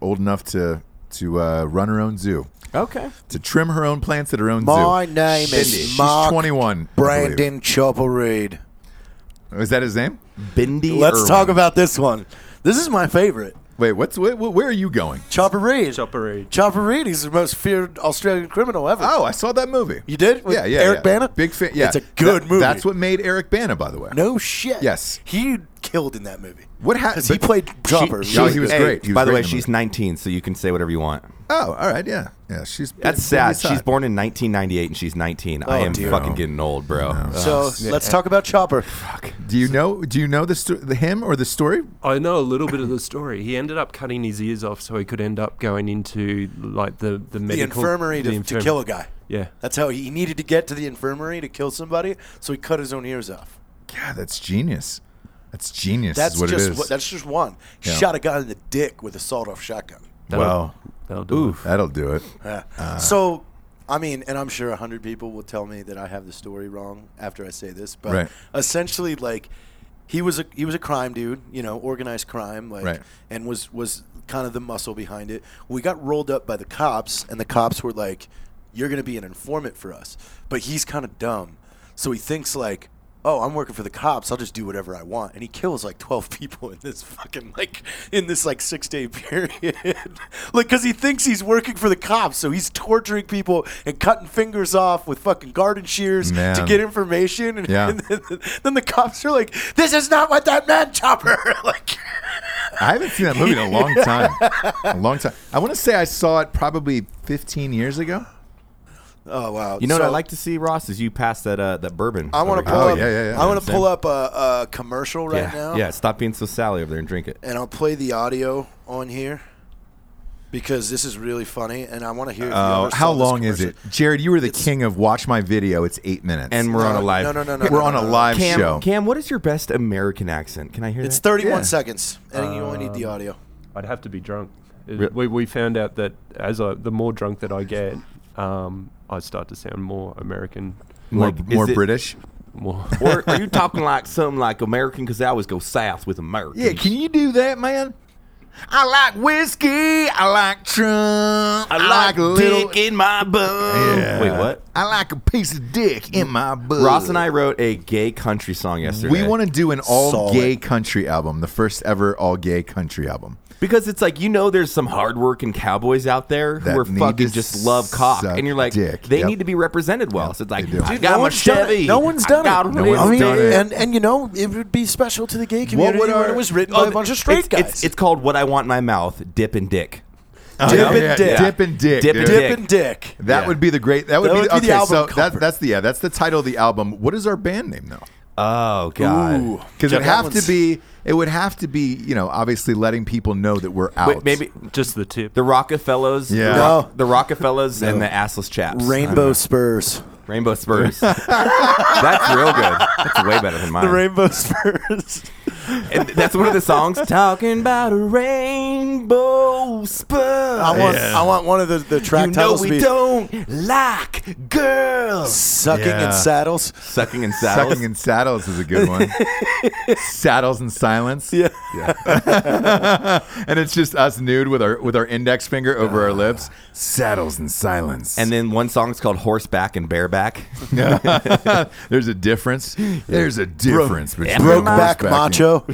Old enough to to uh, run her own zoo, Okay. to trim her own plants at her own zoo. My name Bindi. is She's Mark 21. I believe. Brandon Chopper Reed. Is that his name? Bendy. Let's Irwin. talk about this one. This is my favorite. Wait, what's where, where are you going? Chopper Reed. Chopper Reed. Chopper Reed. He's the most feared Australian criminal ever. Oh, I saw that movie. You did? With yeah, yeah. Eric yeah. Bana? Big fan. Yeah, It's a good That- movie. That's what made Eric Bana, by the way. No shit. Yes. He killed in that movie. What hap- Because he but- played Chopper. she- No, he was Hey, great. He was by the great way, in the she's 19, so you can say whatever you want. Oh, all right, yeah, yeah. She's That's pretty sad. sad. She's born in 1998 and she's 19. I Oh, am dear. fucking getting old, bro. so let's talk about Chopper. Do you know? Do you know the, sto- the him or the story? I know a little bit of the story. He ended up cutting his ears off so he could end up going into like the the The medical infirmary to, the to infirm- kill a guy. Yeah. That's how he, he needed to get to the infirmary to kill somebody, so he cut his own ears off. God, that's genius. That's genius. That's is what just it is. what- that's just one. Yeah. Shot a guy in the dick with a sawed-off shotgun. That'll- Wow. That'll do. it. That'll do it. Yeah. Ah. so, I mean, and I'm sure a hundred people will tell me that I have the story wrong after I say this, but Right. essentially, like, he was a he was a crime dude, you know, organized crime, like, Right. and was was kind of the muscle behind it. We got rolled up by the cops, and the cops were like, "You're going to be an informant for us," but he's kind of dumb, so he thinks like. Oh, I'm working for the cops. I'll just do whatever I want, and he kills like 12 *laughs* people in this fucking like in this like six day *laughs* period, like because he thinks he's working for the cops, so he's torturing people and cutting fingers off with fucking garden shears to Man. get information, and, Yeah. and then, *laughs* then the cops are like, "This is not what that meant, Chopper." *laughs* like, I haven't seen that movie in a long time. a long time. I want to say I saw it probably 15 years ago. oh wow. You know what So, I like to see, Ross, is you pass that uh, that bourbon. I want to over here. pull Oh, up. yeah, yeah, yeah. I want to Understand. pull up a, a commercial right yeah. now. Yeah, stop being so Sally over there and drink it. And I'll play the audio on here because this is really funny, and I want to hear. if you Oh, understand how this long is it, commercial. Jared? You were the king of watch my video. It's eight minutes, And we're on a No, live. No, no, no, no. we're no, on no, a no. live Cam, show. Cam, what is your best American accent? Can I hear It's that? 31 Yeah. Um, seconds, and you only need the audio. I'd have to be drunk. It- Re- We, we found out that as I, the more drunk that I *laughs* get, um, I start to sound more American. more like, is more it- British. *laughs* More. or are you talking like something like American? Because I always go south with American. Yeah, can you do that, man? I like whiskey. I like Trump. I like, dick in my bum. Yeah. Wait, what? I like a piece of dick in my butt. Ross and I wrote a gay country song yesterday. We want to do an all Solid. gay country album, the first ever all gay country album. because it's like you know, there's some hardworking cowboys out there That who are need fucking to just love cock, suck and you're like, dick. they Yep. need to be represented well. So it's like, They do. I Dude, got no my one's done Chevy. it. No one's I done got it. one of one's these. I mean, done it. and and you know, it would be special to the gay community would when our- it was written Oh, by a bunch of straight it's, guys. It's, it's called "What I Want in My Mouth." Dip and dick. Dip and dick. Dip and dick. Dip dude. and dick. dip and dick. That Yeah. would be the great. That would, That be, the, would be the okay, album So that, cover. that's the yeah. That's the title of the album. What is our band name though? Oh God. Because it'd Yeah, that have to one's- be. It would have to be. You know, obviously letting people know that we're out. Wait, maybe Just the tip. the Rockefellers. Yeah. The, Rock- No. the Rockefellers and the assless chaps. Rainbow Spurs. *laughs* *laughs* Rainbow Spurs. that's real good. That's way better than mine. The Rainbow Spurs. and that's one of *laughs* the songs. Talking about a rainbow spur. I want I want one of the, the track you know titles we to be don't like girls. Sucking Yeah. in Saddles. Sucking and saddles. Sucking in saddles is a good one. saddles and silence. Yeah. *laughs* and it's just us nude with our with our index finger over our lips. Saddles and silence. and then one song's called Horseback and Bareback. *laughs* there's a difference. There's a difference between Broke horseback back and- macho.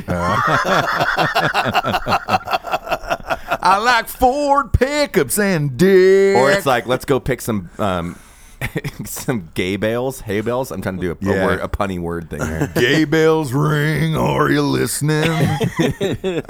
I like Ford pickups and dick. or it's like, let's go pick some um, *laughs* some gay bales, hay bales. I'm trying to do a, a Yeah. word, a punny word *laughs* thing there. Gay bells ring. Are you *laughs* listening? hey,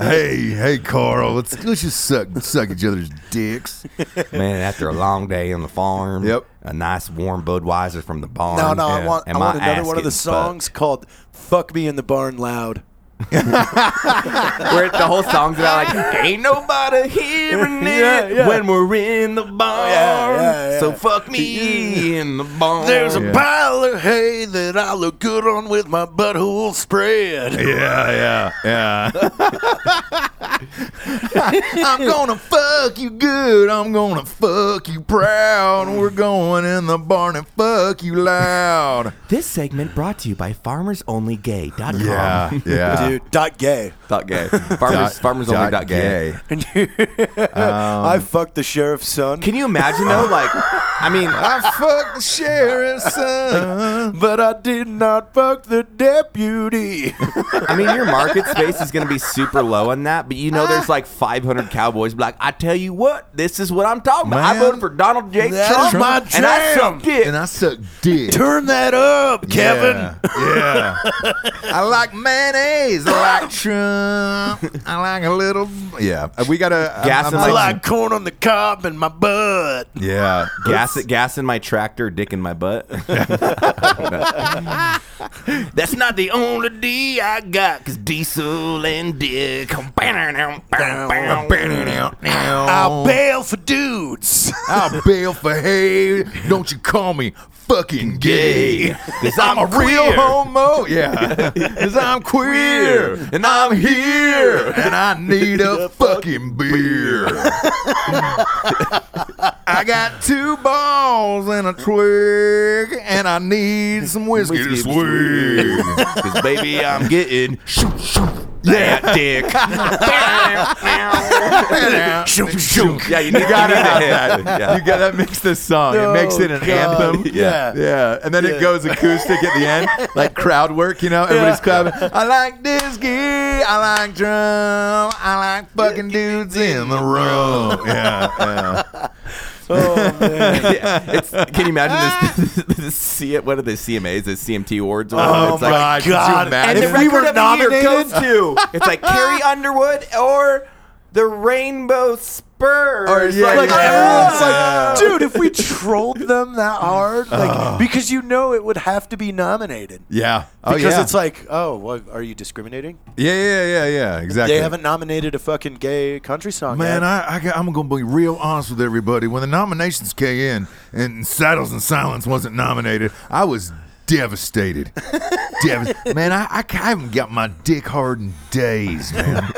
hey, Carl. Let's let's just suck suck each other's dicks. Man, after a long day on the farm, Yep. a nice warm Budweiser from the barn. No, no, I Yeah. want I And my want another ass one of the gets fucked. songs called Fuck Me in the Barn Loud. Where the whole song's about *laughs* like ain't nobody hearing Yeah, it yeah. when we're in the barn. Yeah, yeah, yeah. So fuck me in the barn. There's a Yeah. pile of hay that I look good on with my butthole spread. Yeah, yeah, yeah. I'm gonna fuck you good. I'm gonna fuck you proud. We're going in the barn and fuck you loud. This segment brought to you by FarmersOnlyGay.com. yeah. Dude, dot gay. Dot gay. Farmers, farmers only dot gay. I fucked the sheriff's son. Can you imagine though? Like, I mean, I fucked the *laughs* sheriff's son. but I did not fuck the deputy. I mean, your market space is going to be super low on that. But you know there's like 500 cowboys. Be like, I tell you what, this is what I'm talking about. I Man, voted for Donald J. that's Trump, my and I jam. sucked dick. And I suck dick. Turn that up, Kevin. Yeah. yeah. I like mayonnaise. I like Trump. I like a little. Yeah. Uh, We got to. Gas and I Like- like corn on the cob and my butt. Yeah. *laughs* Gas, gas in my tractor, dick in my butt. *laughs* That's not the only D I got, cause diesel and dick. *laughs* I'll bail for dudes. I'll bail for hay. Don't you call me fucking gay. Cause I'm, a real queer. homo. Yeah. Cause I'm queer. And I'm here. And I need *laughs* a fucking beer. I got two balls and a twig. And I need some whiskey to Whiskey to swig. *laughs* Cause baby, I'm getting shoot, shoot, that dick. Shoop, shoop. *laughs* yeah, you need You gotta you need to have hit. that. Yeah. You got that makes the song. it makes it an Oh, God. anthem. Yeah. yeah. And then it goes acoustic at the end, like crowd work. You know, everybody's clapping. I like this gear. I like drum. I like fucking dudes in the *laughs* room. Yeah, yeah. *laughs* Yeah, it's, can you imagine this? this, *laughs* see it? What are the CMAs? The CMT awards? Or whatever? Oh it's my like, God! could you God. imagine? and if the we record were of the year nominated- goes to it's like Carrie Underwood or the Rainbow Spurs. oh, Or, yeah, like yeah. everyone's Yeah. like, dude, if we trolled them that hard, like *sighs* because you know it would have to be nominated. yeah. Oh, Because yeah. it's like, oh, what, are you discriminating? yeah, yeah, yeah, yeah. Exactly. They haven't nominated a fucking gay country song Man, yet. I, I got, I'm gonna be real honest with everybody. When the nominations came in and Saddles and Silence wasn't nominated, I was *laughs* devastated. Devast- man, I, I, ca- I haven't got my dick hard in days, man.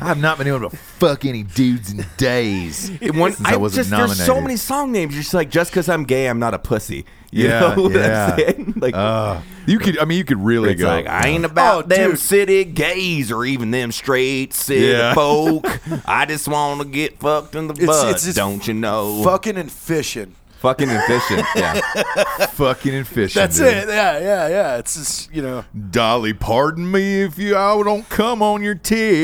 I've not been able to fuck any dudes in days. One, since I, I wasn't just there's so nominated. many song names. You're just like, just because I'm gay, I'm not a pussy. You Yeah, know *laughs* what yeah. I'm saying? Like, Uh, you could, I mean, you could really it's go. like I ain't about Oh, them dude. city gays or even them straight city Yeah. folk. I just want to get fucked in the butt. it's just don't you know? Oh. fucking and fishing. Fucking efficient. *laughs* Yeah. fucking and fishing. That's dude. it. Yeah, yeah, yeah. It's just you know. Dolly, pardon me if you I don't come on your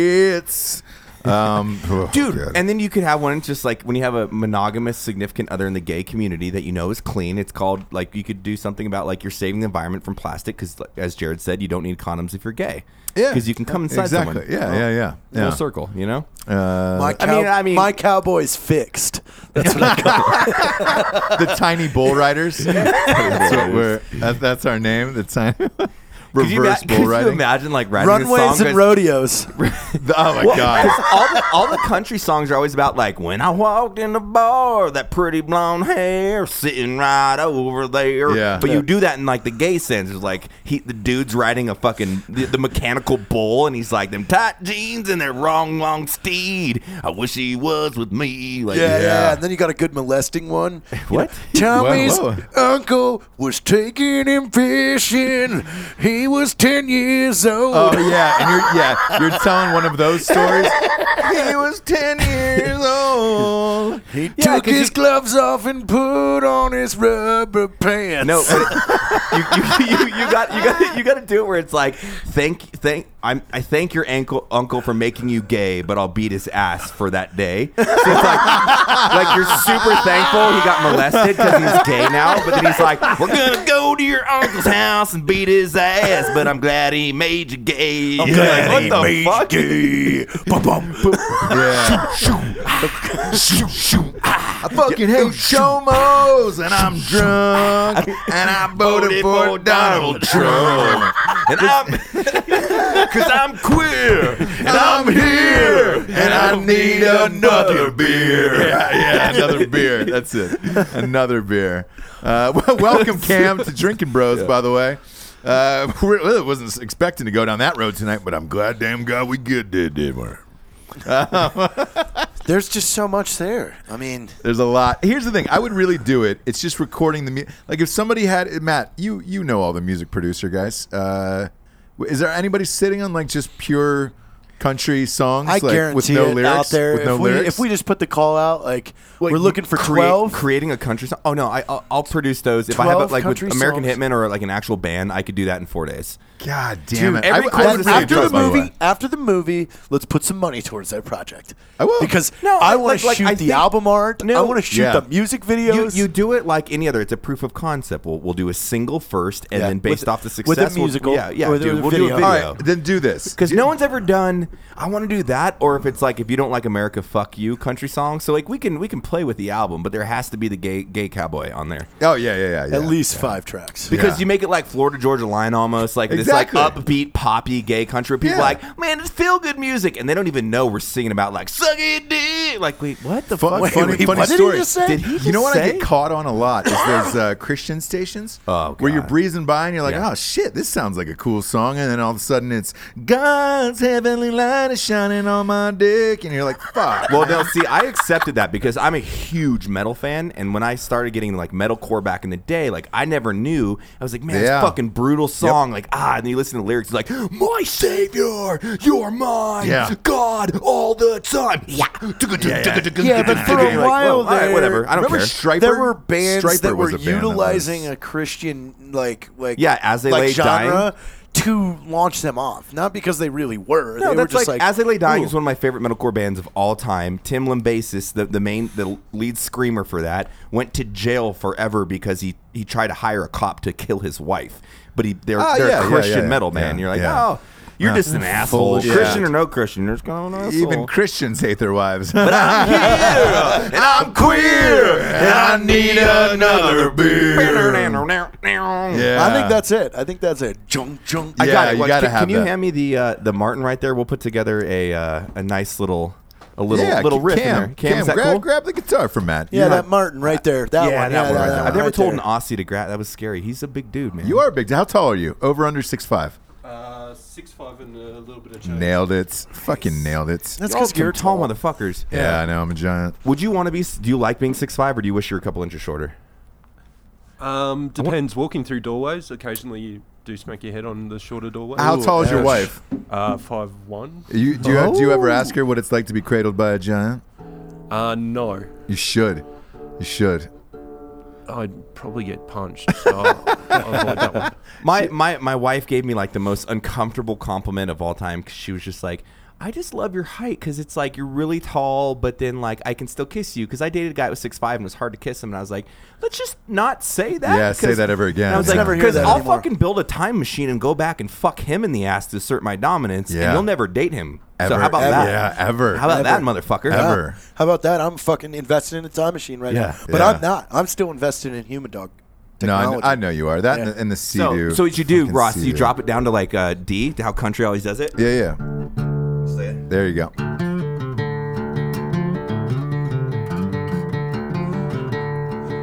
tits. Um, *laughs* oh, Dude, God. and then you could have one just like when you have a monogamous significant other in the gay community that you know is clean. It's called like you could do something about like you're saving the environment from plastic because, as Jared said, you don't need condoms if you're gay. Yeah. because you can come inside exactly. someone. Yeah, yeah, yeah. yeah. Uh, Full circle, you know. My I cow- mean- I mean- my cowboy's fixed. That's what I call the tiny bull riders. *laughs* that's, what we're, that, that's our name. The tiny *laughs* Could you, reverse ima- *laughs* bull could you riding. imagine like riding a runways song and 'cause- rodeos. The- oh my Well, *laughs* god! 'cause all the all the country songs are always about like when I walked in the bar, that pretty blonde hair sitting right over there. Yeah. But you do that in like the gay sense. It's like he the dude's riding a fucking the, the mechanical bull, and he's like them tight jeans and that wrong long steed. I wish he was with me. Like Yeah, yeah, Yeah. And then you got a good molesting one. What? Tommy's Whoa, uncle was taking him fishing. He was 10 years old. Oh yeah, and you're yeah, you're telling one of those stories. he was ten years old. he yeah, took 'cause his you- gloves off and put on his rubber pants. No, but it- you, you, you, you got you got you got to do it where it's like thank thank I'm, I thank your ankle uncle for making you gay, but I'll beat his ass for that day. So it's like like you're super thankful he got molested because he's gay now, but then he's like, we're gonna go to your uncle's house and beat his ass, but I'm glad he made you gay. You're glad like, he what the made fuck? *laughs* Yeah. I fucking hate shomos, and I'm drunk, and I voted for Donald Trump. And I'm, cause I'm queer. And I'm here, and I need another beer. Yeah, yeah, another beer. That's it. Another beer. Uh, *laughs* well, welcome, Cam, to Drinking Bros. By the way, uh, *laughs* we uh, wasn't expecting to go down that road tonight, but I'm glad, damn God, we good did, did we? There's just so much there. I mean, There's a lot. Here's the thing. I would really do it. It's just recording the music. Like if somebody had Matt, you you know all the music producer guys. Uh, is there anybody sitting on like just pure country songs I like, guarantee with no it lyrics out there. with no if, we, lyrics. if we just put the call out, like Like, we're looking for create- twelve. Creating a country song. Oh no, I I'll, I'll produce those if I have a, 12 like with country American songs. Hitman or like an actual band. I could do that in four days. God damn Dude, it! I, every would- I club would is really like- after the trust my movie, wife. after the movie, let's put some money towards that project. I will. because No, I I- want like- to like, shoot I the think- album art. No. I want to shoot Yeah. the music You, videos. you do it like any other. It's a proof of concept. We'll, we'll do a single first, and Yeah. then based With- off the with a success, we'll- musical yeah, yeah, or with dude, a we'll do a video. video. All right, then do this. Because no one's ever done. I want to do that, or if it's like if you don't like America, fuck you, country song. So like we can we can play with the album, but there has to be the gay gay cowboy on there Oh yeah, yeah, yeah. yeah. at least five tracks. because Yeah. you make it like Florida Georgia Line almost like Exactly. this like upbeat poppy gay country. People Yeah. like man, it's feel good music, and they don't even know we're singing about like suck it dick. Like wait, what the Fun, fuck? Wait, funny, wait, funny what did he story. just say? Did he you know just what I say? get caught on a lot is those *laughs* uh, Christian stations Oh, where you're God. breezing by and you're like, Yeah. oh shit, this sounds like a cool song, and then all of a sudden it's God's heavenly light is shining on my dick, and you're like, fuck. well, no, see, I accepted that because I'm a huge metal fan, and when I started getting like metalcore back in the day, like I never knew. I was like, man, Yeah. it's a fucking brutal song. Like ah, and you listen to the lyrics, it's like my savior, you're mine, Yeah. God, all the time. Yeah, Yeah, but for a You're like, "Whoa, while all right, there, whatever. I don't remember care. Striper? There were bands Striper that were was a band that was- utilizing a Christian like like Yeah, As They like Lay Dying. genre to launch them off, not because they really were. No, they that's were just like, As They Lay Dying ooh. is one of my favorite metalcore bands of all time. Tim Limbasis, the, the main the lead screamer for that, went to jail forever because he he tried to hire a cop to kill his wife. But he they're, Oh, they're yeah, yeah, Christian yeah, metal yeah, man. You're like, yeah. oh, you're Uh, just an full asshole, shit. Christian or no Christian. There's going on *laughs* Even Christians hate their wives. But *laughs* I'm here and I'm queer and I need another beer. Yeah. I think that's it. I think that's it. Junk, junk. I Yeah, got it. you Well, gotta can, have can you that. hand me the uh, the Martin right there? We'll put together a uh, a nice little a little yeah, little Cam, riff in there. Cam, Cam, is that grab, cool? grab the guitar from Matt. Yeah, You- that Martin right there. That yeah, one. that yeah, one. that, right there. that I've one never right told there. an Aussie to grab. That was scary. He's a big dude, man. you are big. How tall are you? Over under six five. Uh, six five and a little bit of change. Nailed it. Fucking nailed it. That's Y'all because some you're tall, tall. motherfuckers. Yeah, I know. I'm a giant. Would you want to be? s- Do you like being six five, or do you wish you were a couple inches shorter? Um, depends. Walking through doorways, occasionally you do smack your head on the shorter doorway. How Ooh, tall is your ouch. wife? Uh, five one. You, do, you, do you Oh. ever ask her what it's like to be cradled by a giant? Uh, no, You should. You should. I'd probably get punched. So *laughs* I'll, I'll avoid that one. My my my wife gave me like the most uncomfortable compliment of all time 'cause she was just like. I just love your height because it's like you're really tall, but then like I can still kiss you because I dated a guy that was six five and it was hard to kiss him, and I was like, let's just not say that. Yeah, say 'cause- that ever again. and I was Let's like, never hear because that I'll anymore." fucking build a time machine and go back and fuck him in the ass to assert my dominance, Yeah. and you'll never date him. Ever, so how about ever. that? Yeah, ever. How about that, Ever. motherfucker? Ever. Yeah. How about that? I'm fucking invested in a time machine right Yeah. now, but Yeah. I'm not. I'm still invested in human dog No, technology. I, I know you are. That and, the, Yeah. and the sea So, do. so what you do, Fucking Ross? sea You do. drop it down to like uh, D, to how country always does it. Yeah, yeah. There you go. *laughs*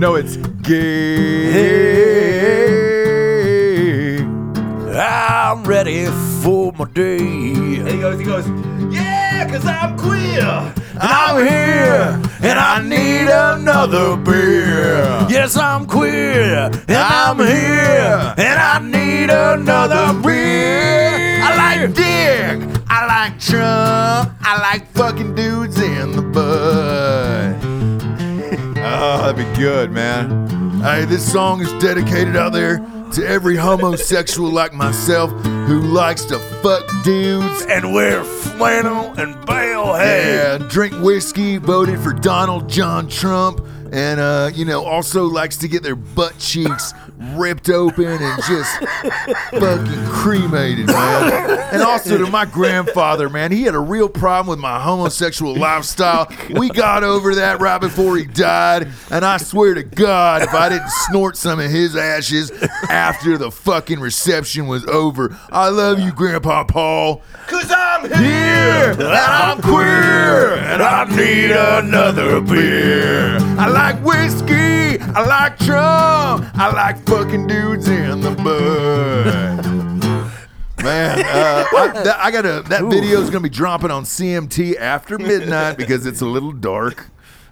No, it's gay. I'm ready for my day. He goes, he goes, yeah, cause I'm queer. I'm here and I need another beer. Yes, I'm queer and I'm here and I need another beer. I like dick. I like Trump. I like fucking dudes in the butt. *laughs* oh, that'd be good, man. Hey, this song is dedicated out there to every homosexual like myself who likes to fuck dudes. And wear flannel and bale hay. Yeah, drink whiskey, voted for Donald John Trump, and uh, you know, also likes to get their butt cheeks ripped open and just fucking cremated, man. And also to my grandfather, man, he had a real problem with my homosexual lifestyle. We got over that right before he died, and I swear to God, if I didn't snort some of his ashes after the fucking reception was over, I love you, Grandpa Paul. Cause I'm here. Yeah, I'm queer and I need another beer. I like whiskey, I like Trump, I like fucking dudes in the butt. Man, uh, I, that, I gotta. That video is gonna be dropping on CMT after midnight because it's a little dark.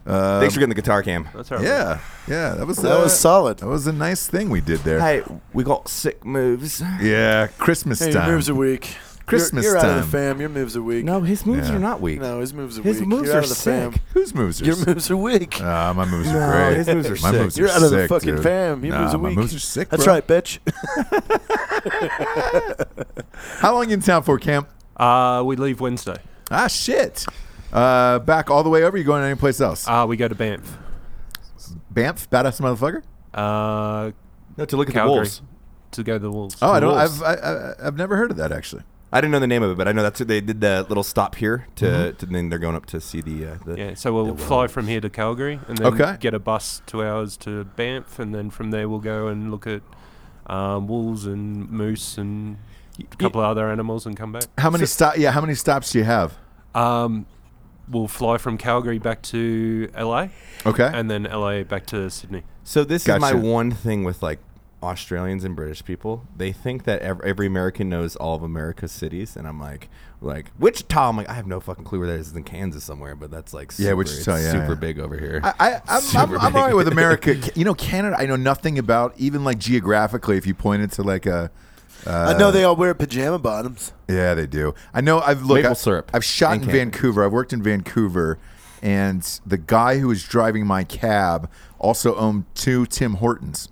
Uh, Thanks for getting the guitar cam. That's all right. yeah, yeah, that was That uh, was solid. That was a nice thing we did there. Hey, we got sick moves. Yeah, Christmas Hey, your time. moves are weak. Christmas you're, you're out of time. the fam. Your moves are weak. No, his moves Yeah. are not weak. no, his moves are his weak. moves you're are out of the fam. sick. Uh, Whose moves *laughs* are? Your sick? moves are weak. Ah, my moves No, are great. his moves are my sick. Moves you're are out of the sick, fucking dude. fam. Your Nah, moves are my weak. moves are sick. That's bro. right, bitch. *laughs* How long you in town for, Camp? Uh, we leave Wednesday. Ah, shit. Uh, back all the way over. You going any place else? Uh, we go to Banff. Banff, badass motherfucker. Uh, No, to look at Calgary the wolves. to go to the Wolves. Oh, I don't. Wolves. I've I, I, I've never heard of that actually. I didn't know the name of it, but I know that's they did the little stop here to, to then they're going up to see the. Uh, the Yeah, so we'll fly from here to Calgary and then Okay. get a bus two hours to Banff, and then from there we'll go and look at um, wolves and moose and a couple of other animals and come back. How many stop? Yeah, how many stops do you have? Um, we'll fly from Calgary back to LA Okay. and then LA back to Sydney. So this is my Gotcha. one thing with like Australians and British people. They think that every, every American knows all of America's cities, and I'm like, like Wichita. I'm like, I have no fucking clue where that is. It's in Kansas somewhere, but that's like super, Yeah, it's Wichita, yeah, super yeah. big over here. I, I, I'm, I'm, Super I'm all right big. with *laughs* America. Ca- You know, Canada, I know nothing about, even like geographically, if you pointed to like a. Uh, I know they all wear pajama bottoms. Yeah, they do. I know. I've looked. Maple I, syrup I've shot and in candy. Vancouver. I've worked in Vancouver, and the guy who was driving my cab also owned two Tim Hortons,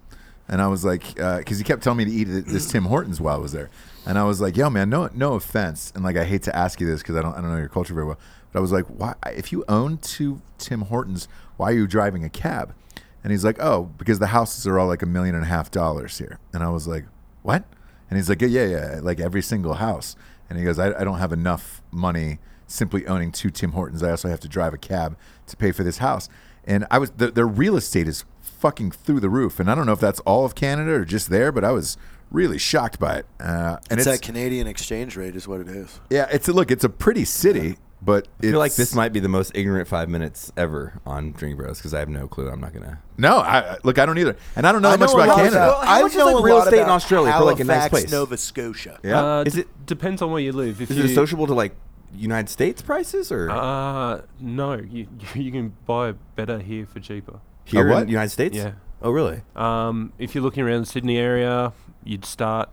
and I was like, because he kept telling me to eat th- this Tim Hortons while I was there, and I was like, yo, man, no, no offense, and like I hate to ask you this because I don't, I don't know your culture very well, but I was like, why, if you own two Tim Hortons, why are you driving a cab? And he's like, oh, because the houses are all like a million and a half dollars here, and I was like, what? And he's like, yeah, yeah, yeah, like every single house. And he goes, I, I don't have enough money simply owning two Tim Hortons. I also have to drive a cab to pay for this house. And I was, their, their real estate is fucking through the roof. And I don't know if that's all of Canada or just there, but I was really shocked by it. Uh, and It's, it's, that Canadian exchange rate, is what it is. yeah, it's a look, it's a pretty city, but I it's feel like this might be the most ignorant five minutes ever on Drink Bros because I have no clue. I'm not gonna. no, I, I- look, I don't either. And I don't know I that much know a about lot Canada. about- Well, how I much is, know like, a real lot estate in about Australia for, like, a nice Halifax, place? Nova Scotia. Yeah. Uh, Is d- it- depends on where you live? If Is you, it associable to like United States prices or Uh, no, you *laughs* you can buy better here for cheaper. here in what? the United States? Yeah. Oh, really? Um, if you're looking around the Sydney area, you'd start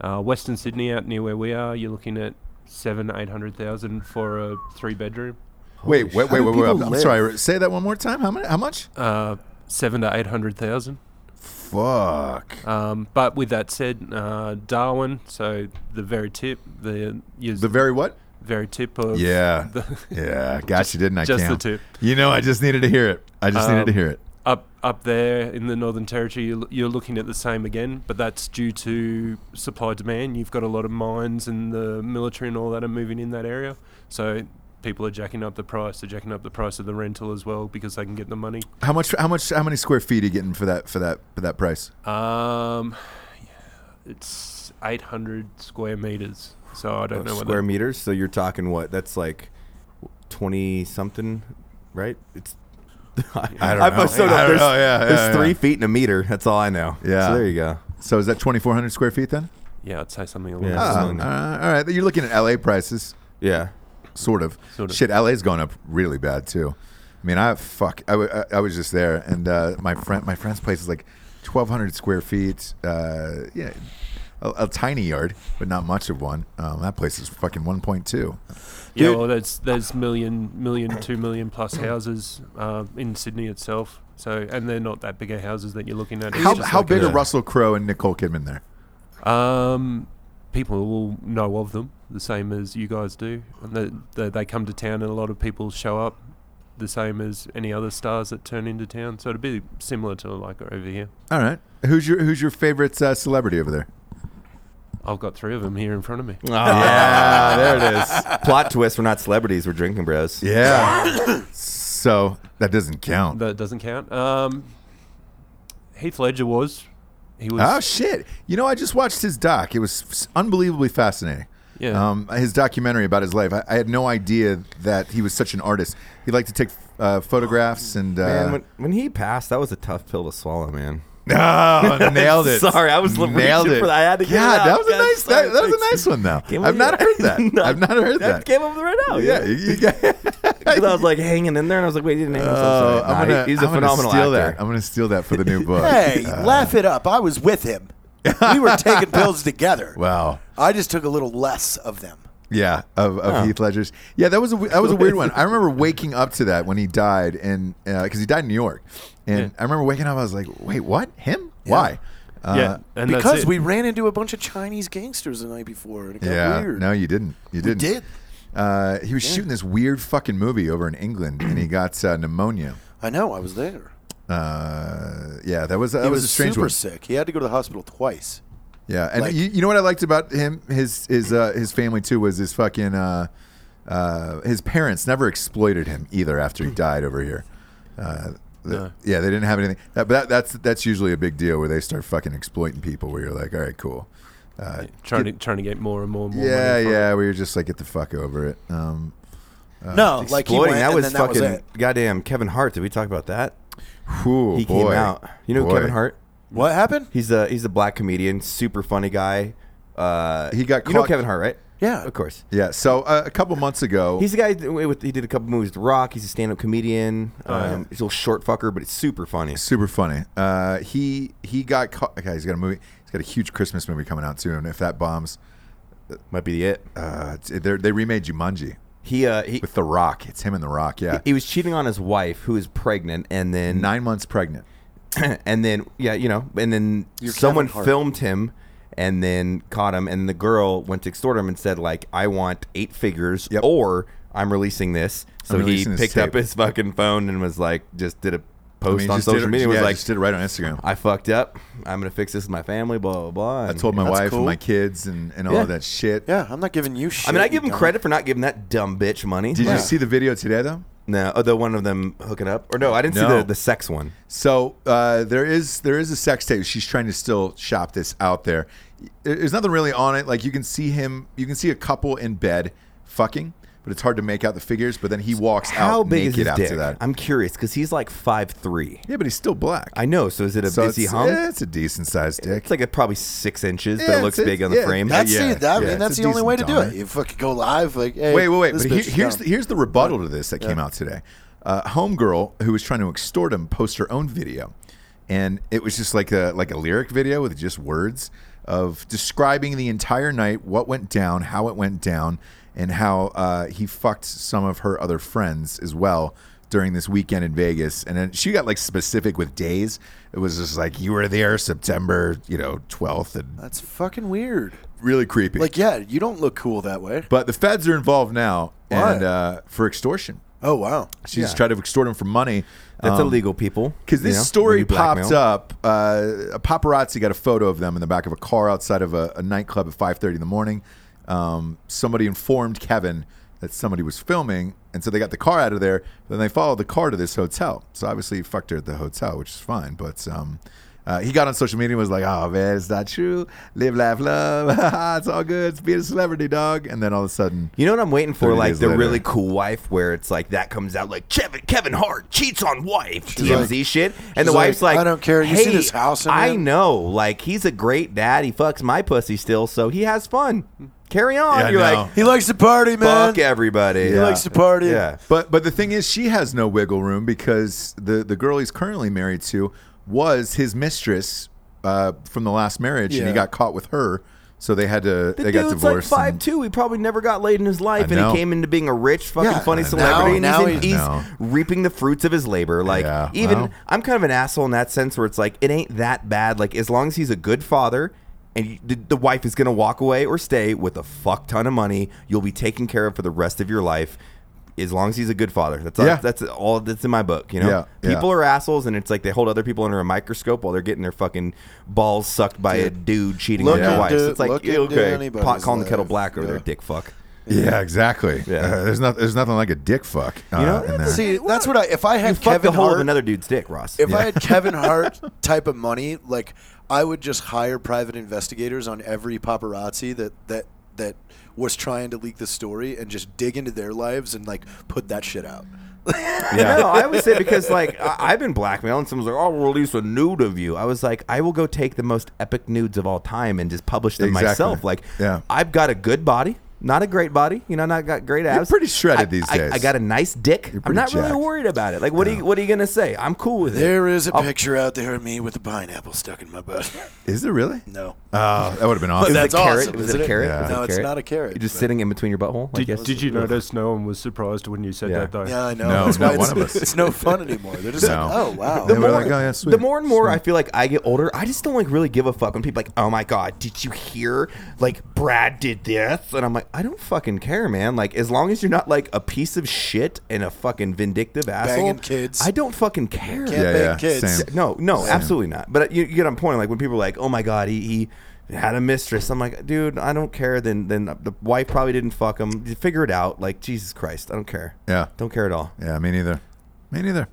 uh, Western Sydney out near where we are. You're looking at seven, eight hundred thousand for a three bedroom. Wait, wait, How wait, wait, do wait. I'm, people I'm live? sorry. Say that one more time. How, many, how much? Uh, seven to eight hundred thousand. Fuck. Um, but with that said, uh, Darwin, so the very tip, the you The very what? very tip of Yeah. *laughs* the- yeah. Gotcha, Just- didn't I? just the Cam? tip. You know, I just needed to hear it. I just needed to Um, hear it. up up there in the Northern Territory, you're, you're looking at the same again, but that's due to supply demand. You've got a lot of mines and the military and all that are moving in that area, so people are jacking up the price. They're jacking up the price of the rental as well because they can get the money. How much? How much? How many square feet are you getting for that? For that? For that price? Um, it's 800 square meters, so I Oh, don't know what square that- meters. So you're talking what? That's like twenty something, right? It's *laughs* I don't I know. must have- I don't there's, know. Yeah, yeah, there's yeah. three feet in a meter. That's all I know. Yeah. So there you go. So is that twenty four hundred square feet then? Yeah, I'd say something along Yeah. those Ah, Ah. lines. uh, all right. You're looking at LA prices, Yeah. sort of. Sort of. Shit, LA's gone up really bad too. I mean, I fuck. I, w- I- I was just there, and uh, my friend, my friend's place is like twelve hundred square feet. Uh, yeah. A, a tiny yard, but not much of one. Um, that place is fucking 1.2. Yeah, Ah, Dude. well, there's there's million, million, two million plus houses uh, in Sydney itself. So, and they're not that big of houses that you're looking at. It's How, just how like big a- are Russell Crowe and Nicole Kidman there? Um, people will know of them the same as you guys do, and they, they they come to town, and a lot of people show up, the same as any other stars that turn into town. So it'd be similar to like over here. All right. Who's your Who's your favorite uh, celebrity over there? I've got three of them here in front of me. Yeah, Ah, there it is. *laughs* Plot twist: We're not celebrities. We're drinking bros. Yeah. so that doesn't count. That doesn't count. Um, Heath Ledger was, he was. Oh shit! You know, I just watched his doc. It was s- unbelievably fascinating. Yeah. Um, his documentary about his life. I, I had no idea that he was such an artist. He liked to take uh, photographs and. Uh, *laughs* Man, when, when he passed, that was a tough pill to swallow, man. *laughs* Oh, nailed it! Sorry, I was l- nailed reaching it. for that. I had to get it God, out. that was a God, nice. sorry, That, that was a thanks. nice one, though. Came I've up *laughs* not here. heard that. I've not heard that. *laughs* That came up right now. Yeah, you- you got- Because I was like hanging in there, and I was like, wait, he didn't hang himself. Oh, tonight. Nah, I'm gonna, he- he's a I'm gonna phenomenal steal actor. that. I'm gonna steal that for the *laughs* new book. Uh, Hey, laugh it up. I was with him. We were taking pills *laughs* together. Wow. I just took a little less of them. Yeah, of, of Huh. Heath Ledger's. Yeah, that was a, that was *laughs* a weird one. I remember waking up to that when he died, and because he died in New York, and I remember waking up, I was like, "Wait, what? Him? Why?" Uh, yeah, and that's because it. we ran into a bunch of Chinese gangsters the night before. And it got yeah. weird. No, you didn't. You didn't. did. Uh, he was shooting this weird fucking movie over in *clears throat* England, and he got uh, pneumonia. I know. I was there. Uh, yeah, that was that He was, was, a strange super one. sick. He had to go to the hospital twice. Yeah, and Like- you, you know what I liked about him, his his uh, his family too was his fucking uh, uh, his parents never exploited him either after Hmm. he died over here. Uh, the- Yeah, they didn't have anything. That, but that, that's that's usually a big deal where they start fucking exploiting people. Where you're like, all right, cool. Uh, trying to trying to get more and more and more. yeah, money from yeah. Where you're just like, get the fuck over it. Um, no, like he went Exploiting. That and then was fucking that was it. goddamn Kevin Hart. Did we talk about that? whew, He Oh, boy. came out. You know Boy. Kevin Hart? What happened? He's a he's a black comedian, super funny guy. Uh, He got you know caught- Kevin Hart, right? Yeah. of course. Yeah. So uh, a couple months ago, He's the guy with he did a couple movies with Rock. He's a stand-up comedian. Oh, yeah. um, He's a little short fucker, but it's super funny. super funny. Uh, he he got caught. Okay, he's got a movie. He's got a huge Christmas movie coming out soon. If that bombs, Might be it. Uh, it's- they're- they remade Jumanji He uh he, with The Rock. It's him and The Rock. Yeah, he was cheating on his wife, who is pregnant, and then nine months pregnant. *clears throat* and then yeah, you know, and then You're someone Kevin Hart. filmed him and then caught him, and the girl went to extort him and said like, "I want eight figures, Yep. or I'm releasing this." So I'm he releasing this picked up tape. his fucking phone and was like, just did a I mean, post he on just did social it- media. yeah, was he like, just did it right on Instagram. "I fucked up. I'm gonna fix this with my family." Blah blah blah. I and- told my That's wife cool. and my kids and, and all Yeah. of that shit. Yeah, I'm not giving you shit. I mean, I you give him dumb. credit for not giving that dumb bitch money. Did Like, you see the video today though? No, oh, the one of them hooking up, or no, I didn't see No. the, the sex one. So uh, there is there is a sex tape. She's trying to still shop this out there. There- There's nothing really on it. Like you can see him, you can see a couple in bed fucking, but it's hard to make out the figures. But then he walks How out big naked is his after dick? that. I'm curious because he's like five three. yeah, but he's still black. I know. So is it a so is he it's, hung? eh, it's a decent sized dick. It's like a, probably six inches, but Yeah, it looks it's- big on the yeah, frame. That's Yeah, the, that, I yeah, mean, it's that's a the only way to decent do it. dollar. You fucking go live, like, hey, wait, wait, wait. this But here, bitch is here's dumb. the, here's the rebuttal to this that came out today. Uh, homegirl who was trying to extort him post her own video, and it was just like a like a lyric video with just words of describing the entire night, what went down, how it went down, and how uh, he fucked some of her other friends as well during this weekend in Vegas. And then she got like specific with days. It was just like you were there September, you know, twelfth, and That's fucking weird. really creepy. Like, yeah, you don't look cool that way. But the feds are involved now, Why? and uh, for extortion. Oh wow. She just tried to extort him for money. That's um, illegal, people. Because this You know, story maybe blackmail. popped up, uh, a paparazzi got a photo of them in the back of a car outside of a, a nightclub at 5:30 in the morning. Um, somebody informed Kevin that somebody was filming, and so they got the car out of there. Then they followed the car to this hotel. So obviously, he fucked her at the hotel, which is fine. But um, uh, he got on social media and was like, "Oh man, it's not true. Live, laugh, love. *laughs* it's all good. It's being a celebrity, dog." And then all of a sudden, You know what I'm waiting for? 30 Like days the later. really cool wife, where it's like that comes out like Kevin, Kevin Hart cheats on wife, TMZ shit, and the she's like, wife's like, "I don't care. You see "Hey, this house I'm I in?" know. Like he's a great dad. He fucks my pussy still, so he has fun. Carry on. Yeah, I You're know. like, He likes to party, man. fuck everybody. He likes to party. Yeah. But but the thing is, she has no wiggle room because the the girl he's currently married to was his mistress uh, from the last marriage, and he Yeah. got caught with her, so they had to The they got dude's divorced. like five and- two. He probably never got laid in his I life, and know. he came into being a rich, fucking Yeah, funny now- celebrity, now and he's, he's- in, No. he's reaping the fruits of his labor. Like Yeah, even well. I'm kind of an asshole in that sense, where it's like it ain't that bad. Like as long as he's a good father. And you- the, the wife is going to walk away or stay with a fuck ton of money. You'll be taken care of for the rest of your life, as long as he's a good father. That's all, Yeah. that's all that's in my book. You know, Yeah, yeah. people are assholes, and it's like they hold other people under a microscope while they're getting their fucking balls sucked by a dude cheating on Look their into- wife. So it's like look yeah, into okay, anybody's pot calling the kettle life, black over yeah. there, dick fuck. yeah, exactly. Yeah. Uh, there's not there's nothing like a dick fuck. Uh, You know, in there. See, that's what I. If I You had fuck the Kevin whole of Hart, another dude's dick, Ross. if I had Kevin Hart type of money, like I would just hire private investigators on every paparazzi that that that was trying to leak the story and just dig into their lives and like put that shit out. No, I would say because like I, I've been blackmailed, and someone's like, "Oh, we'll release a nude of you." I was like, "I will go take the most epic nudes of all time and just publish them Exactly. myself." Like, Yeah. I've got a good body. Not a great body, you know. Not got great abs. pretty shredded these I- I- days. I got a nice dick. I'm pretty not really jacked. worried about it. Like, what are you, what are you gonna say? I'm cool with it. There is a picture out there of me with a pineapple stuck in my butt. *laughs* Is there really? No. Oh, that would have been awesome. Is it That's a carrot? awesome, Was it isn't a it? carrot? Yeah. Was it a No, it's carrot? not a carrot. You're just but- sitting in between your butthole. Like, Did, yes. did you notice no one was surprised when you said Yeah. that though? Yeah, I know. No, That's not why one of us. It's no fun anymore. They're just No. like, oh wow. The They were like, oh, yeah, sweet. the more and more I feel like I get older, I just don't like really give a fuck when people like, oh my god, did you hear? Like Brad did this, and I'm like, I don't fucking care, man. Like as long as you're not like a piece of shit and a fucking vindictive asshole, Banging kids. I don't fucking care. Can't Yeah, bang yeah, kids. same. No, no, absolutely not. But uh, you, you get on point. Like when people are like, "Oh my god, he, he had a mistress." I'm like, dude, I don't care. Then then the wife probably didn't fuck him. You Figure it out. Like Jesus Christ, I don't care. Yeah. don't care at all. Yeah, me neither. Me neither.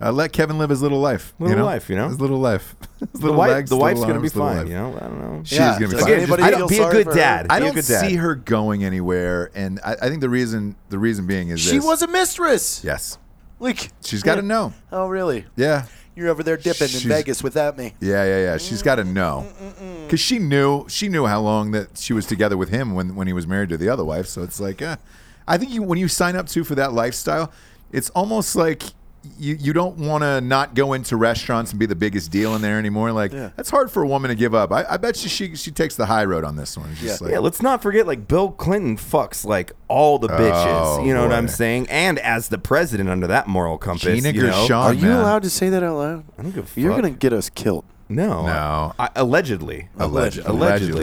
Uh, let Kevin live his little life. Little life, you know? His little life. *laughs* His The, little wife, legs, the little wife's gonna be arms, little fine. life. You know, I don't know. She Yeah, is gonna be does fine. Again, anybody just- I feel don't- be a sorry good for her? dad. I Be a don't good dad. see her going anywhere, and I, I think the reason the reason being is She this. was a mistress. yes, Like she's got to know. Oh really? Yeah, You're over there dipping She's- in Vegas without me. yeah, yeah, yeah. She's got to know because she knew she knew how long that she was together with him when when he was married to the other wife. So it's like, eh. I think you, when you sign up to for that lifestyle, it's almost like. You, you don't want to not go into restaurants and be the biggest deal in there anymore. Like Yeah. that's hard for a woman to give up. I, I bet she, she she takes the high road on this one. She's Yeah. just like, Yeah, let's not forget like Bill Clinton fucks like all the bitches. Oh, you know what boy. I'm saying? And as the president under that moral compass, Gina you know? Gershon, Are you man. allowed to say that out loud? Oh, I don't give a You're fuck. gonna get us killed. No, No. I, allegedly, Alleg- allegedly,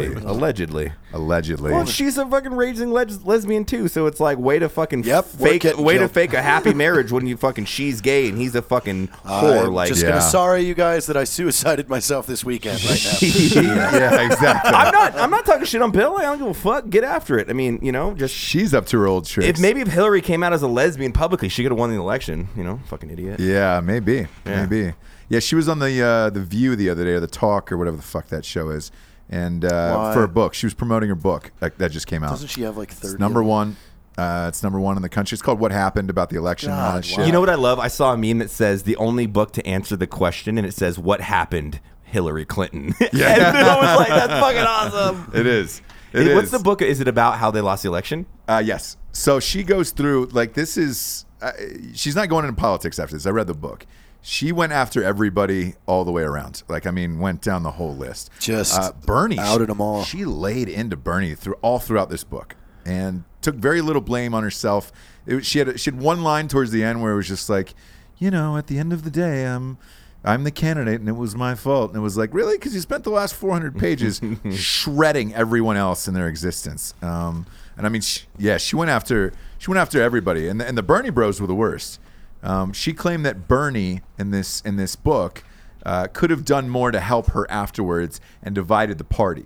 allegedly. allegedly. Allegedly. Well, she's a fucking raging les- lesbian too, so it's like way to fucking Yep, we're fake getting way to killed. fake a happy marriage when you fucking she's gay and he's *laughs* a fucking whore. I'm like, just Yeah. gonna sorry you guys that I suicided myf this weekend *laughs* right now. yeah, exactly. I'm not I'm not talking shit on Bill. I don't give a fuck. Get after it. I mean, you know, just She's up to her old tricks. if maybe if Hillary came out as a lesbian publicly, she could have won the election. You know, fucking idiot. Yeah, maybe. Yeah. Maybe. Yeah, she was on the uh, the View the other day, or the Talk, or whatever the fuck that show is, and uh, Why? for a book. She was promoting her book like, that just came out. Doesn't she have like It's thirty? number of them? one. Uh, it's number one in the country. It's called "What Happened About the Election" and all God, that shit. You know what I love? I saw a meme that says the only book to answer the question, and it says what happened. Hillary Clinton. *laughs* Yeah, and I was like, "That's fucking awesome." it is. Hey, It What's is. the book? Is it about how they lost the election? Uh, yes. So she goes through like this is uh, she's not going into politics after this. I read the book. She went after everybody all the way around. Like I mean, went down the whole list. Just uh, Bernie outed she- 'em all. She laid into Bernie through all throughout this book and took very little blame on herself. It, was- she had she had one line towards the end where it was just like, you know, at the end of the day, um. I'm the candidate, and it was my fault. And it was like, really? Because you spent the last 400 pages shredding everyone else in their existence. Um, and I mean, she, yeah, she went after she went after everybody, and the, and the Bernie Bros were the worst. Um, she claimed that Bernie in this in this book uh, could have done more to help her afterwards and divided the party.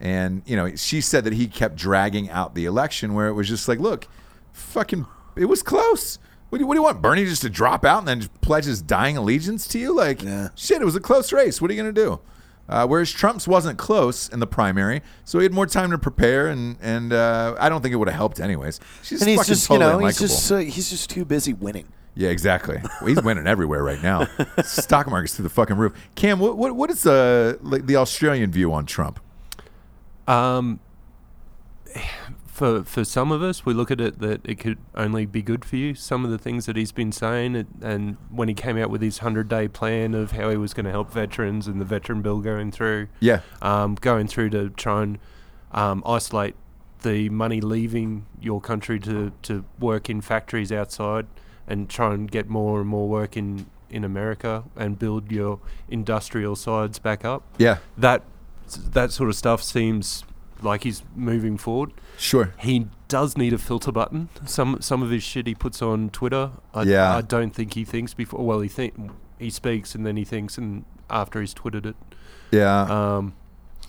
And you know, she said that he kept dragging out the election, where it was just like, look, fucking, it was close. What do, you, what do you want, Bernie, just to drop out and then just pledge his dying allegiance to you? Like, Yeah. shit, it was a close race. What are you gonna do? Uh, whereas Trump's wasn't close in the primary, so he had more time to prepare, and and uh, I don't think it would have helped anyways. She's And he's fucking just, you totally know, he's unlikable. just uh, he's just too busy winning. Yeah, exactly. Well, he's winning everywhere right *laughs* now. Stock market's through the fucking roof. Cam, what what, what is the like, the Australian view on Trump? Um, for for some of us, we look at it that it could only be good for you. Some of the things that he's been saying, it, and when he came out with his hundred day plan of how he was going to help veterans and the veteran bill going through, Yeah, um, going through to try and um, isolate the money leaving your country to, to work in factories outside and try and get more and more work in, in America and build your industrial sides back up. yeah, That that sort of stuff seems like he's moving forward. sure. He does need a filter button. Some some of his shit he puts on Twitter. I, Yeah. I don't think he thinks before. Well, he think he speaks and then he thinks and after he's tweeted it. Yeah, Um,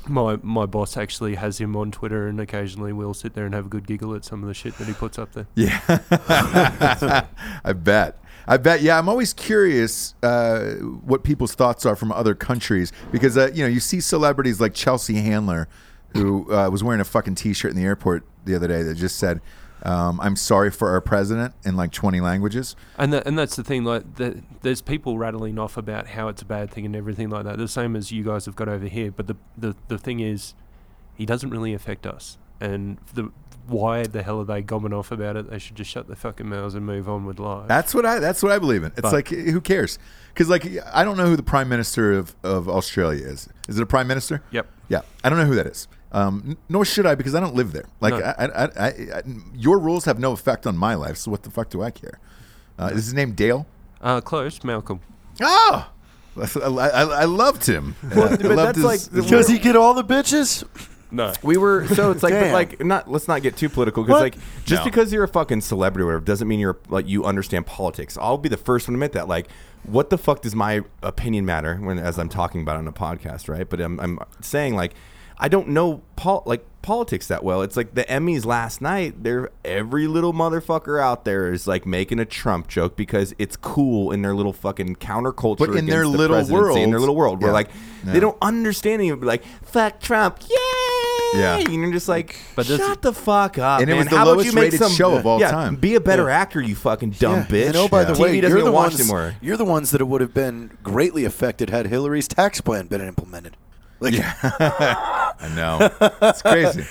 my my boss actually has him on Twitter, and occasionally we'll sit there and have a good giggle at some of the shit that he puts up there. yeah. I bet. I bet. Yeah, I'm always curious uh, what people's thoughts are from other countries because uh, you know you see celebrities like Chelsea Handler, who uh, was wearing a fucking T-shirt in the airport the other day that just said, um, "I'm sorry for our president" in like 20 languages. And that, and that's the thing. Like, the, there's people rattling off about how it's a bad thing and everything like that. The same as you guys have got over here. But the the, the thing is, he doesn't really affect us. And the why the hell are they gobbing off about it? They should just shut their fucking mouths and move on with life. That's what I. That's what I believe in. It's But- like who cares? Because like I don't know who the prime minister of, of Australia is. Is it a prime minister? Yep. Yeah, I don't know who that is. Um, n- nor should I because I don't live there. Like No. I, I, I, I, your rules have no effect on my life. So what the fuck do I care? Uh, is his name Dale? uh, close, Malcolm. Ah, *laughs* I, I, I loved him. I loved but that's like the- Does he get all the bitches? No. We were so it's like but Damn. like not let's not get too political because What? like just No. because you're a fucking celebrity or whatever doesn't mean you're like you understand politics. I'll be the first one to admit that. Like, what the fuck does my opinion matter when as I'm talking about it on a podcast, right? But I'm, I'm saying like I don't know pol- like politics that well. It's like the Emmys last night. They're every little motherfucker out there is like making a Trump joke because it's cool in their little fucking counterculture. But in their against the little presidency, in their world. little world, where Yeah. like Yeah. they don't understand anything. Like fuck Trump, yay! Yeah. And you're just like, But this- shut the fuck up. And it man. was the How about lowest you make rated some- show of all yeah, time. Be a better actor, you fucking dumb Yeah. bitch. And oh, by the TV way, doesn't you're the, even watch ones, anymore. you're the ones that would have been greatly affected had Hillary's tax plan been implemented. Like, yeah, I know. It's crazy.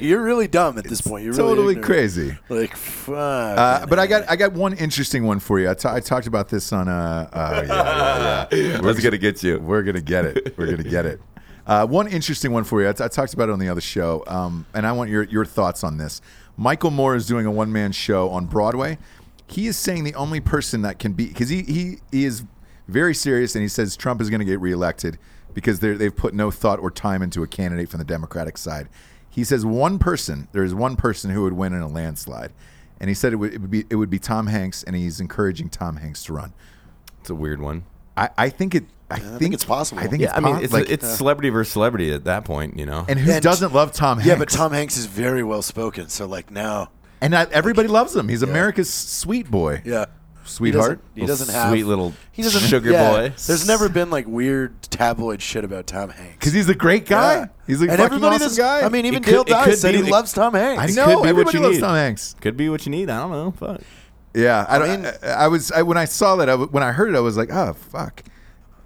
*laughs* you're really dumb at this point. You're really totally ignorant. crazy. Like, fuck. Uh, but I got I got one interesting one for you. I, ta- I talked about this on uh, oh yeah, yeah, yeah. We're gonna get you. We're gonna get it. We're gonna get it. Uh, one interesting one for you. I, t- I talked about it on the other show, um, and I want your your thoughts on this. Michael Moore is doing a one man show on Broadway. He is saying the only person that can be because he, he he is very serious, and he says Trump is going to get reelected because they're- they've put no thought or time into a candidate from the Democratic side. He says one person, there is one person who would win in a landslide, and he said it would, it would be it would be Tom Hanks, and he's encouraging Tom Hanks to run. It's a weird one. I, I think it. I, think think, it's possible. I think Yeah, it's I mean, po- it's, like, it's celebrity versus celebrity at that point, you know. and who And- doesn't love Tom Hanks? yeah, but Tom Hanks is very well spoken. So, like, now, and I, everybody loves him. He's America's sweet boy, yeah. sweetheart. He doesn't, he doesn't Little have sweet little he doesn't, sugar yeah. boy. There's never been like weird tabloid shit about Tom Hanks. Because he's a great guy. Yeah. He's a and fucking everybody awesome that's- guy. I mean, even could- Dale it could Dyke said be- he it- loves Tom Hanks. I It know could be what everybody you loves need. Tom Hanks. Could be what you need. I don't know. Fuck. Yeah, I, mean- I, I was I, when I saw that. I, w- when I heard it, I was like, oh fuck,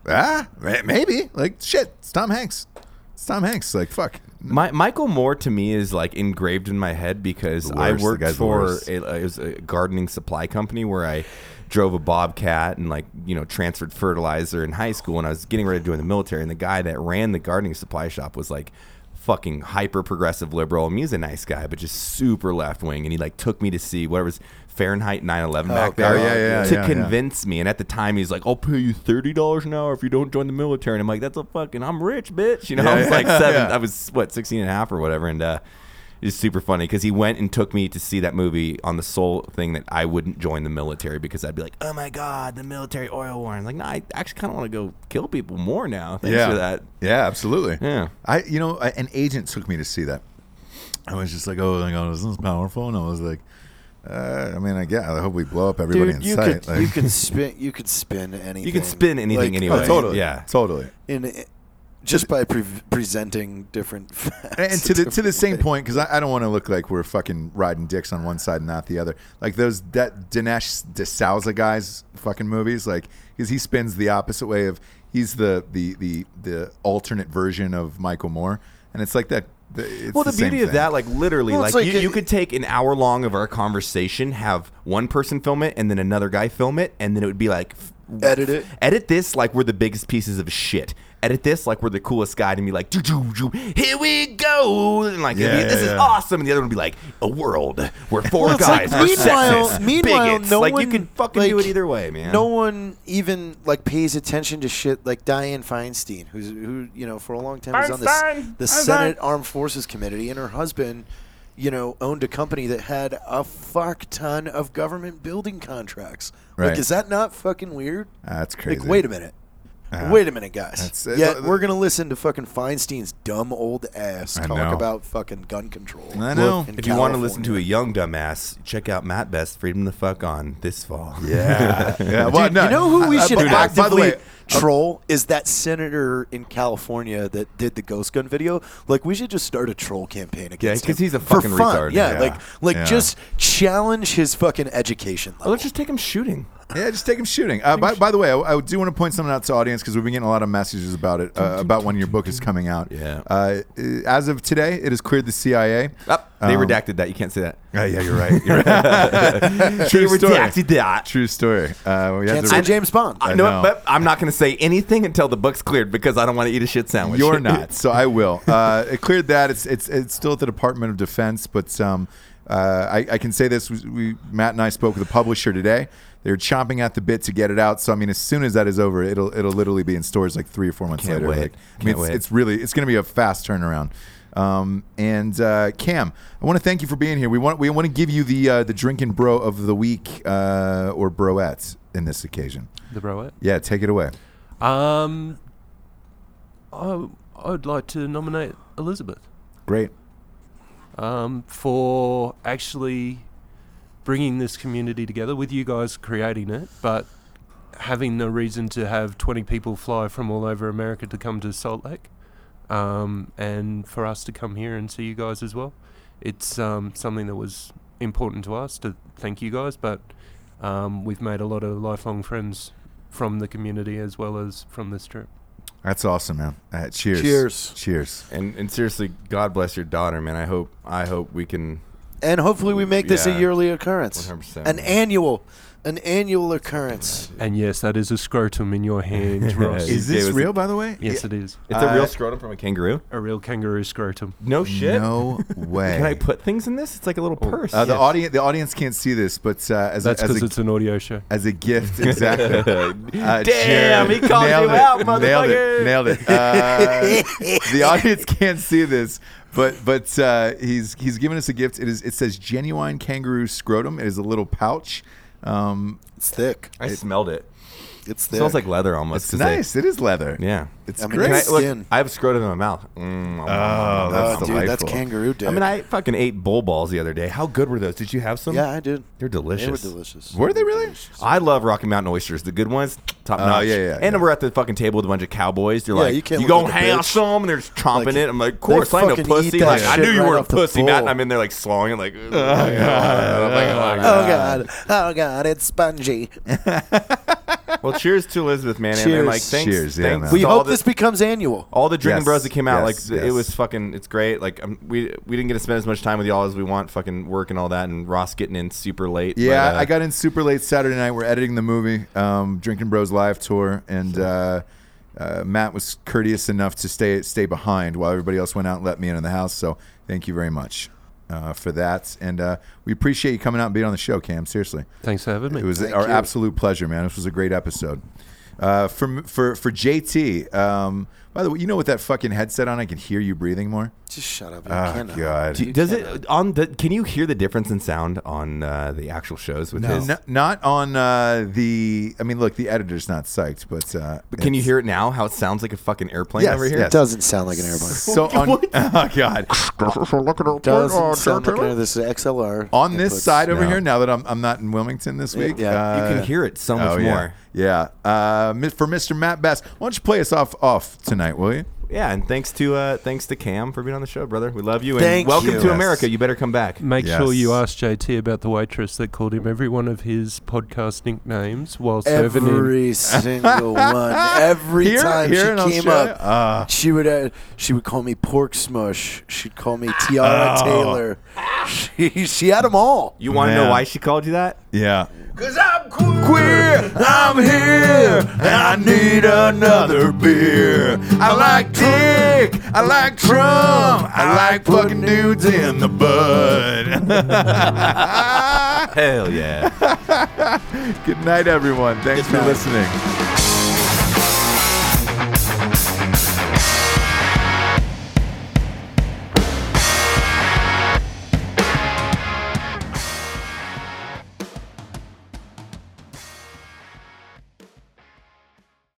ah, ma- maybe like shit. It's Tom Hanks. It's Tom Hanks. Like fuck. My, Michael Moore to me is like engraved in my head because The I worst, the worked guy's the for worst. a, it was a gardening supply company where I drove a bobcat and like you know transferred fertilizer in high school and I was getting ready to join the military and the guy that ran the gardening supply shop was like fucking hyper progressive liberal I mean, he's a nice guy but just super left wing and he like took me to see whatever's Fahrenheit 911 God. back there Oh, yeah, yeah, to yeah, yeah. convince me and at the time he's like I'll pay you thirty dollars an hour if you don't join the military and I'm like that's a fucking I'm rich bitch you know Yeah, I was yeah, like seven yeah. I was what 16 and a half or whatever and uh it's super funny because he went and took me to see that movie on the sole thing that I wouldn't join the military because I'd be like, oh my god, the military oil war. And like, no, I actually kind of want to go kill people more now. Thanks for that. Yeah, absolutely. Yeah. I you know I, an agent took me to see that. I was just like, oh my god, isn't this powerful? And I was like, uh, I mean, I guess I hope we blow up everybody Dude, in you sight. could like, you could spin you could spin anything. You can spin anything Like, anyway. oh, totally. Yeah. totally. In just by pre- presenting different *laughs* facts. And, and to the to *laughs* the different same ways. point, because I, I don't want to look like we're fucking riding dicks on one side and not the other. Like those that Dinesh D'Souza guys fucking movies, like because he spins the opposite way of he's the the the the alternate version of Michael Moore, and it's like that. the- It's well, the, same beauty of thing. that, like literally, Well, like, it's like you, it- you could take an hour long of our conversation, have one person film it, and then another guy film it, and then it would be like, f- Edit it. edit this like we're the biggest pieces of shit. Edit this like we're the coolest guy, and be like, doo, doo, doo, here we go, and like Yeah, this yeah, is yeah. awesome, and the other one would be like, a world where four Well, it's guys like, are meanwhile- sexist, meanwhile, bigots. no like you one- can fucking do like, it either way, man. No one even like pays attention to shit like Diane Feinstein, who's who you know for a long time was on the, s- the Senate Armed Forces Committee, and her husband, you know, owned a company that had a fuck ton of government building contracts. Right. Like, is that not fucking weird? that's crazy. Like, wait a minute. Uh-huh. Uh, wait a minute, guys. that's- uh, Yeah, th- we're gonna listen to fucking Feinstein's dumb old ass I talk know. about fucking gun control. I Well, know. if in you want to California. listen to a young dumbass, check out Matt Best Freedom the Fuck on this fall. *laughs* yeah, yeah. Well, Dude, no, you know who we I- I- should dude, I- actively by the uh, way, troll is that senator in California that did the ghost gun video. Like we should just start a troll campaign against 'cause him he's a for fucking fun. retard. Yeah, Yeah. like like Yeah. just challenge his fucking education Oh, level. let's just take him shooting. Yeah, just take him shooting. Uh, by, by the way, I, I do want to point something out to audience because we've been getting a lot of messages about it, uh, about when your book is coming out. Yeah. Uh, as of today, it has cleared the CIA. Up. They Um, redacted that. You can't say that. Uh, yeah, you're right. You're *laughs* right. True they story. redacted that. True story. Uh, we had Can't to- say James Bond. I I know, know. but I'm not going to say anything until the book's cleared because I don't want to eat a shit sandwich. *laughs* You're not, so I will. Uh, it cleared that. It's it's it's still at the Department of Defense, but um, uh, I, I can say this: we, we Matt and I spoke with the publisher today. They're chomping at the bit to get it out. So I mean, as soon as that is over, it'll it'll literally be in stores like three or four months Can't later. wait. Like, I mean, Can't it's, wait. it's really it's going to be a fast turnaround. Um, and uh, Cam, I want to thank you for being here. We want we want to give you the uh, the drinking bro of the week uh, or broettes in this occasion. The Broette. Yeah, take it away. Um, I I'd like to nominate Elizabeth. Great. um, for actually bringing this community together with you guys creating it, but having the reason to have 20 people fly from all over America to come to Salt Lake um, and for us to come here and see you guys as well. It's um, something that was important to us to thank you guys, but um, we've made a lot of lifelong friends from the community as well as from this trip. That's awesome, man. Uh, cheers. Cheers. Cheers. And and seriously, God bless your daughter, man. I hope I hope we can. and hopefully we make this Yeah. a yearly occurrence, 100%. an annual, an annual occurrence. And yes, that is a scrotum in your hand, Ross. Is- this real, by the way? yes, it is. It's a Uh, real scrotum from a kangaroo. A real kangaroo scrotum. No shit. No way. Can I put things in this? It's like a little purse. Uh, the audience, the audience can't see this, but uh, as a, That's as because a, it's an audio show. as a gift, *laughs* exactly. Uh, Damn, he Jared called nailed you it, out, Nailed motherfucker. it. Nailed it. *laughs* Uh, the audience can't see this, but but uh, he's he's given us a gift. It is it says genuine kangaroo scrotum. It is a little pouch. Um, It's thick. I smelled it. It's It thick. smells like leather almost. it's 'cause they- nice. it is leather. yeah. it's I mean, great. can I, look, Skin. I have a scrotum in my mouth. Mm, oh, oh, that's dude, delightful. that's kangaroo dick. I mean, I fucking ate bull balls the other day. How good were those? Did you have some? yeah, I did. They're delicious. They were delicious. Were they really? I love Rocky Mountain oysters. The good ones, top notch. Oh, yeah, yeah, And yeah. we're at the fucking table with a bunch of cowboys. They're Yeah, like, you can't look gonna like a have bitch." some? And they're just chomping Like, it. I'm like, of course, they I know fucking eat pussy. that Like, I shit knew you right were a off the pussy, Matt. And bowl. I'm in there like slawing *laughs* it, like, *laughs* oh, God. I'm like, oh, God. Oh god! Oh god! It's *laughs* spongy. Well, cheers to Elizabeth, man. And, then, like, Cheers. thanks, Cheers, yeah, thanks man. to We all hope the- this becomes annual. all the drinking Yes, bros that came out, yes, like th- yes. it was fucking, it's great. Like um, we we didn't get to spend as much time with y'all as we want, fucking work and all that, and Ross getting in super late. Yeah, but, uh, I got in super late Saturday night. We're editing the movie, um, Drinking Bros live tour, and uh, uh, Matt was courteous enough to stay stay behind while everybody else went out and let me in in the house. So thank you very much uh, for that, and uh, we appreciate you coming out and being on the show, Cam. Seriously, Thanks for having me. it was our you. absolute pleasure, man. This was a great episode. Uh, for for for JT, um, by the way, you know with that fucking headset on, I can hear you breathing more. Just shut up. Ah, Oh, I God. Do- does it on the? Can you hear the difference in sound on uh, the actual shows with his? N- not on uh, the. I mean, look, the editor's not psyched, but, uh, But can you it's- hear it now? How it sounds like a fucking airplane Yes, over here? yes. It doesn't sound like an airplane. *laughs* So on, oh god, Doesn't sound like an airplane. This is XLR. on this inputs. side over No. here. Now that I'm, I'm not in Wilmington this week, yeah. You uh, can hear it so much oh, yeah. more. Yeah, Uh, mi- for Mr. Matt Bass, why don't you play us off off tonight, will you? Yeah, and thanks to uh, thanks to Cam for being on the show, brother. We love you and Thank welcome you. to Yes. America. You better come back. Make sure you Yes. ask JT about the waitress that called him every one of his podcast nicknames while serving him. Every *laughs* single one. Every Here- time here in she came Australia? up, Ah. she would uh, she would call me pork smush. She'd call me Tiara Oh. Taylor. *laughs* She she had them all. You want to know Man. why she called you that? Yeah, Queer, I'm here and I need another beer. I like dick, I like Trump, I like fucking dudes in the bud. *laughs* Hell yeah. *laughs* Good night, everyone. Thanks for listening.